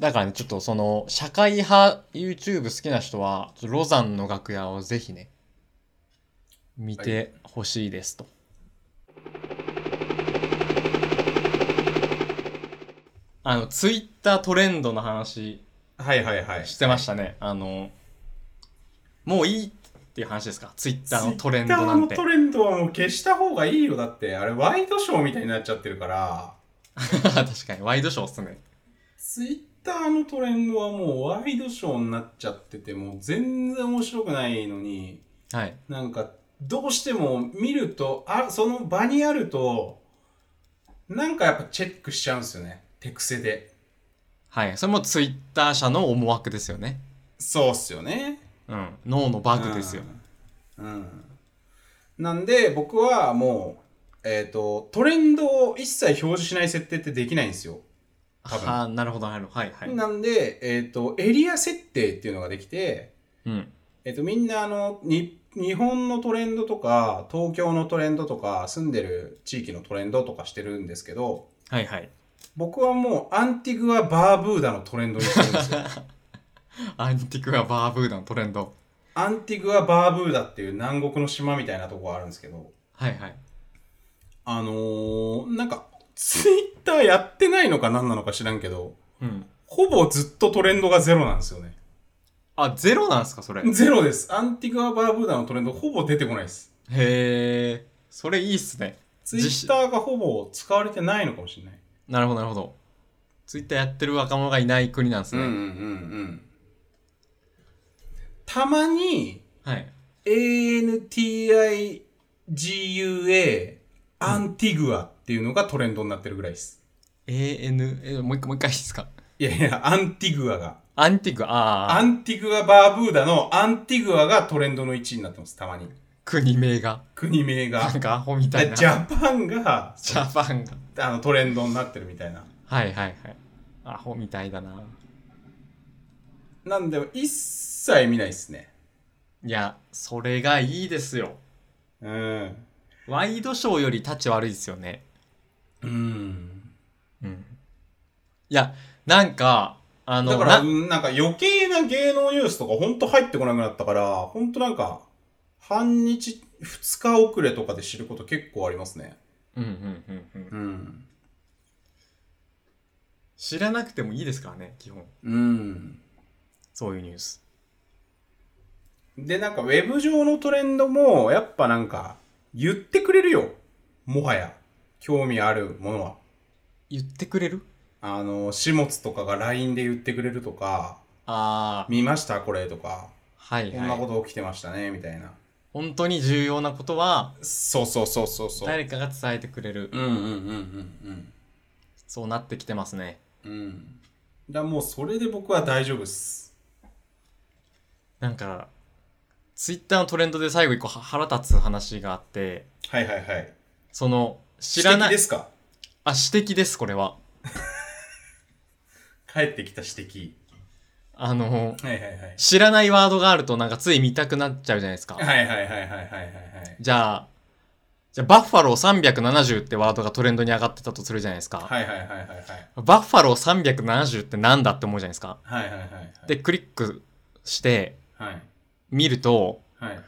Speaker 1: だからね、ちょっとその、社会派 YouTube 好きな人は、ちょっとロザンの楽屋をぜひね、見てほしいですと。あの、ツイッタートレンドの話
Speaker 2: はいはいはい。
Speaker 1: してましたね。あの、もういいっていう話ですかツイッターのトレンド
Speaker 2: ツイッタ
Speaker 1: な
Speaker 2: ー
Speaker 1: ん
Speaker 2: の
Speaker 1: て。
Speaker 2: トレンドはもう消した方がいいよ。だって、あれワイドショーみたいになっちゃってるから、
Speaker 1: 確かに、ワイドショーっすね。
Speaker 2: ツイッターのトレンドはもうワイドショーになっちゃってて、もう全然面白くないのに、
Speaker 1: はい。
Speaker 2: なんかどうしても見るとあその場にあるとなんかやっぱチェックしちゃうんですよね手癖で
Speaker 1: はい。それもツイッター社の思惑ですよね。
Speaker 2: そうっすよね
Speaker 1: うん。脳のバグですよ。
Speaker 2: うん、うんなんで僕はもうえっ、とトレンドを一切表示しない設定ってできないんですよ多分
Speaker 1: ああ、なるほど、なるほど。はい、はい。
Speaker 2: なんで、えっ、と、エリア設定っていうのができて、
Speaker 1: うん。
Speaker 2: えっ、と、みんなあの、に、日本のトレンドとか、東京のトレンドとか、住んでる地域のトレンドとかしてるんですけど、
Speaker 1: はい、はい。
Speaker 2: 僕はもうアンティグア・バーブーダのトレンドにして るんですよ。
Speaker 1: アンティクアバーブーダのトレンド。
Speaker 2: アンティグア・バーブーダっていう南国の島みたいなとこがあるんですけど、
Speaker 1: はい、はい。
Speaker 2: あのー、なんか、ツイッターやってないのか何なのか知らんけど、
Speaker 1: うん。
Speaker 2: ほぼずっとトレンドがゼロなんですよね。
Speaker 1: あ、ゼロなんすか、それ。へ
Speaker 2: ゼロです。アンティグア・バーブーダのトレンドほぼ出てこないです。
Speaker 1: え。それいいっすね。
Speaker 2: ツイッターがほぼ使われてないのかもしれない。
Speaker 1: なるほど、なるほど。ツイッターやってる若者がいない国なんですね。
Speaker 2: ん。たまに、
Speaker 1: はい。
Speaker 2: ANTIGUA、アンティグアっていうのがトレンドになってるぐらいです。
Speaker 1: AN、え、もう一回、もう一回いいですか。
Speaker 2: いやいや、アンティグアが。
Speaker 1: アンティクア、あ
Speaker 2: ア
Speaker 1: あ、
Speaker 2: ンティグア・バーブーダのアンティグアがトレンドの1位になってます、たまに。
Speaker 1: 国名が。
Speaker 2: 国名 が
Speaker 1: な。んかアホみたいな。
Speaker 2: ジャパンが
Speaker 1: ジャパンが。
Speaker 2: あのトレンドになってるみたいな。
Speaker 1: はいはいはい。アホみたいだな。
Speaker 2: なんで、一切見ないですね。
Speaker 1: いや、それがいいですよ。
Speaker 2: うん。
Speaker 1: ワイドショーよりタッチ悪いですよね。
Speaker 2: うん。
Speaker 1: うん。いや、なんか、あの、
Speaker 2: だから、
Speaker 1: な
Speaker 2: うんなんか余計な芸能ニュースとかほんと入ってこなくなったから、ほんとなんか、半日、二日遅れとかで知ること結構ありますね。
Speaker 1: うんうんうんうん。
Speaker 2: うん。
Speaker 1: 知らなくてもいいですからね、基本。
Speaker 2: うん。
Speaker 1: そういうニュース。
Speaker 2: で、なんかウェブ上のトレンドも、やっぱなんか、言ってくれるよ。もはや。興味あるものは。
Speaker 1: 言ってくれる
Speaker 2: あの、始末とかが LINE で言ってくれるとか、
Speaker 1: ああ、
Speaker 2: 見ましたこれとか、
Speaker 1: はい
Speaker 2: こんな
Speaker 1: は
Speaker 2: こ
Speaker 1: い。
Speaker 2: と起きてましたね、みたいな。
Speaker 1: 本当に重要なことは、
Speaker 2: そうそうそうそうそう。
Speaker 1: 誰かが伝えてくれる。
Speaker 2: うんうんうんうんうん。
Speaker 1: そうなってきてますね。
Speaker 2: うん。だからもうそれで僕は大丈夫っす。
Speaker 1: なんか、ツイッターのトレンドで最後一個は腹立つ話があって、
Speaker 2: はいはいはい。
Speaker 1: その、知らな
Speaker 2: 指摘で
Speaker 1: い。
Speaker 2: すか
Speaker 1: あ、指摘です、これは。
Speaker 2: 帰ってきた指摘。
Speaker 1: あの、
Speaker 2: はいはいはい。
Speaker 1: 知らないワードがあるとなんかつい見たくなっちゃうじゃないですか。
Speaker 2: はいはいはいはいはいはいはい。
Speaker 1: じゃあ、じゃあバッファロー370ってワードがトレンドに上がってたとするじゃないですか。
Speaker 2: はいはいはいはいはい。
Speaker 1: バッファロー370ってなんだって思うじゃないですか。
Speaker 2: はいはいはいはい。
Speaker 1: で、クリックして
Speaker 2: はい。
Speaker 1: 見ると、
Speaker 2: はい。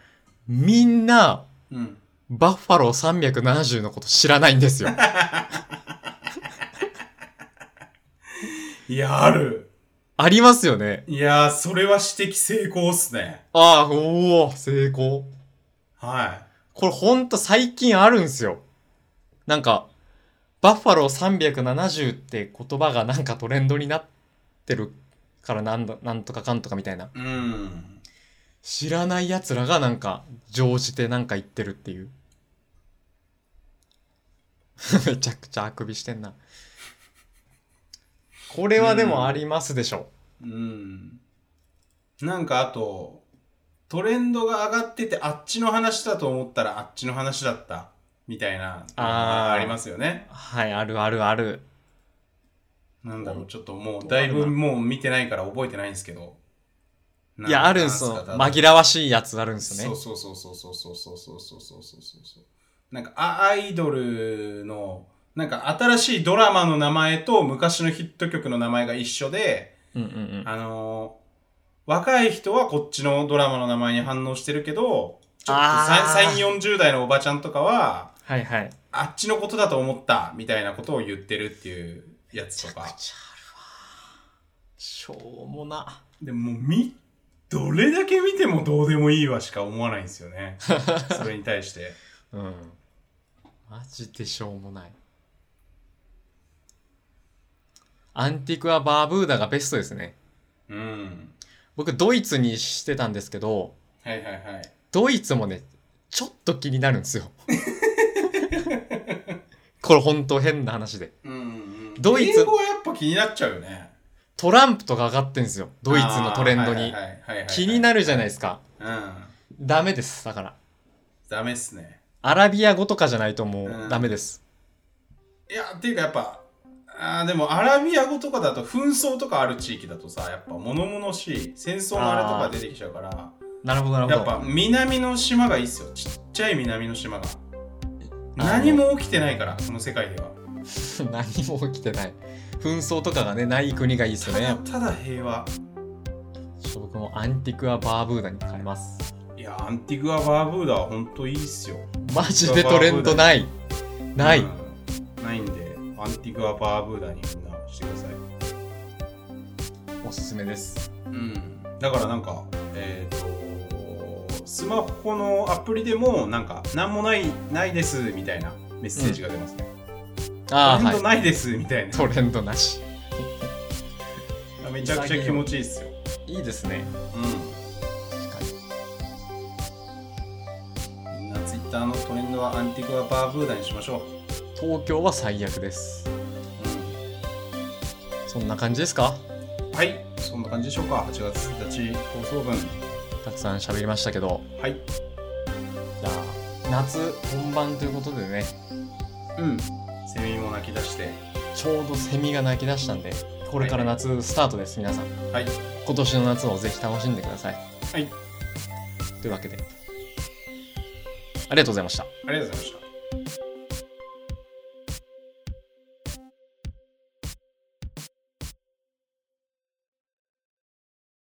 Speaker 1: みんな
Speaker 2: うん。
Speaker 1: バッファロー370のこと知らないんです よ。
Speaker 2: いや、ある。
Speaker 1: ありますよね。
Speaker 2: いやー、それは指摘成功っすね。
Speaker 1: ああ、おお、成功。
Speaker 2: は
Speaker 1: これほんと最近あるんすよ。なんか、バッファロー370って言葉がなんかトレンドになってるからなんだ、なんとかかんとかみたいな。
Speaker 2: い。うん。
Speaker 1: 知らない奴らがなんか乗じてなんか言ってるっていう。 めちゃくちゃあくびしてんな。これはでもありますでしょ。
Speaker 2: うん。なんかあと、トレンドが上がってて、あっちの話だと思ったらあっちの話だった。みたいな、
Speaker 1: あー
Speaker 2: ありますよね。
Speaker 1: はい、あるあるある。
Speaker 2: なんだろ
Speaker 1: う
Speaker 2: う、ちょっともう、
Speaker 1: う
Speaker 2: だい
Speaker 1: あ
Speaker 2: ぶ
Speaker 1: るな
Speaker 2: もう見てないから覚えてないんですけど。
Speaker 1: いや、あるんす
Speaker 2: す
Speaker 1: よ。
Speaker 2: よ
Speaker 1: 紛らわしいやつあるんすよ
Speaker 2: そ
Speaker 1: ね
Speaker 2: う。そうそうそうそうそうそうそうそうそうそうそう。なんか、あアイドルの、なんか新しいドラマの名前と昔のヒット曲の名前が一緒で、
Speaker 1: うんうんうん。
Speaker 2: あのー若い人はこっちのドラマの名前に反応してるけど、ちょっと
Speaker 1: あー
Speaker 2: 3、3 40代のおばちゃんとかは、
Speaker 1: はいはい。
Speaker 2: あっちのことだと思った、みたいなことを言ってるっていうやつとか。
Speaker 1: しょうもな。
Speaker 2: でももうみどれだけ見てもどうでもいいわしか思わないんですよ ねそれに対して
Speaker 1: うん。マジでしょうもない。アンティクア・バーブーダがベストですね。
Speaker 2: うん
Speaker 1: 僕、ドイツにしてたんですけど、
Speaker 2: はいはいはい
Speaker 1: ドイツもね、ちょっと気になるんです よ。これ本当変な話で。
Speaker 2: うんうん
Speaker 1: ドイツ
Speaker 2: 英語はやっぱ気になっちゃうよね
Speaker 1: トランプとか上がってんですよ。ドイツのトレンドに。気に
Speaker 2: る
Speaker 1: なるじゃないですか。
Speaker 2: うん
Speaker 1: ダメです。だから。
Speaker 2: ダメっすね
Speaker 1: アラビア語とかじゃないとも
Speaker 2: う
Speaker 1: うんダメです。
Speaker 2: いやっていうかやっぱあーでもアラビア語とかだと紛争とかある地域だとさやっぱ物々しい戦争のあれとか出てきちゃうから
Speaker 1: なるほど、なる
Speaker 2: や
Speaker 1: ほ
Speaker 2: っ
Speaker 1: ど。
Speaker 2: ぱ南の島がいいっすよちっちゃい南の島が
Speaker 1: あの
Speaker 2: 何も起きてないからこの世界では
Speaker 1: 何も起きてない。紛争とかがね、ない国がいいですよ
Speaker 2: ただ
Speaker 1: ね。
Speaker 2: ただ平和
Speaker 1: ちょっと僕もアンティクア・バーブーダに変えます。
Speaker 2: いやアンティグア・バーブーダはほんといいっすよ
Speaker 1: マジでトレンドない。ない。
Speaker 2: うんないんでアンティグア・バーブーダにみんなしてください
Speaker 1: おすすめです。
Speaker 2: うん、だからなんかえっ、とスマホのアプリでもなんか何もないないですみたいなメッセージが出ますね、
Speaker 1: ああ、
Speaker 2: トレン
Speaker 1: は
Speaker 2: ド
Speaker 1: い。
Speaker 2: ないですみたいな、
Speaker 1: トレンドなし。
Speaker 2: めちゃくちゃ気持ちいいっすよ、
Speaker 1: いいですね。
Speaker 2: う
Speaker 1: 確かに。
Speaker 2: ん、みんなツイッターのトレンドはアンティグア・バーブーダにしましょう、
Speaker 1: 東京は最悪です。そんな感じですか
Speaker 2: うん、はいそんな感じでしょうか8月1日放送分
Speaker 1: たくさん喋りましたけど。
Speaker 2: はい
Speaker 1: じゃあ、夏本番ということでね、
Speaker 2: うんセミも泣き出して
Speaker 1: ちょうどセミが鳴き出したんで、これから夏スタートです、皆さん。
Speaker 2: はい
Speaker 1: 今年の夏をぜひ楽しんでください。
Speaker 2: はい
Speaker 1: というわけで、ありがとうございました。
Speaker 2: ありがとうございました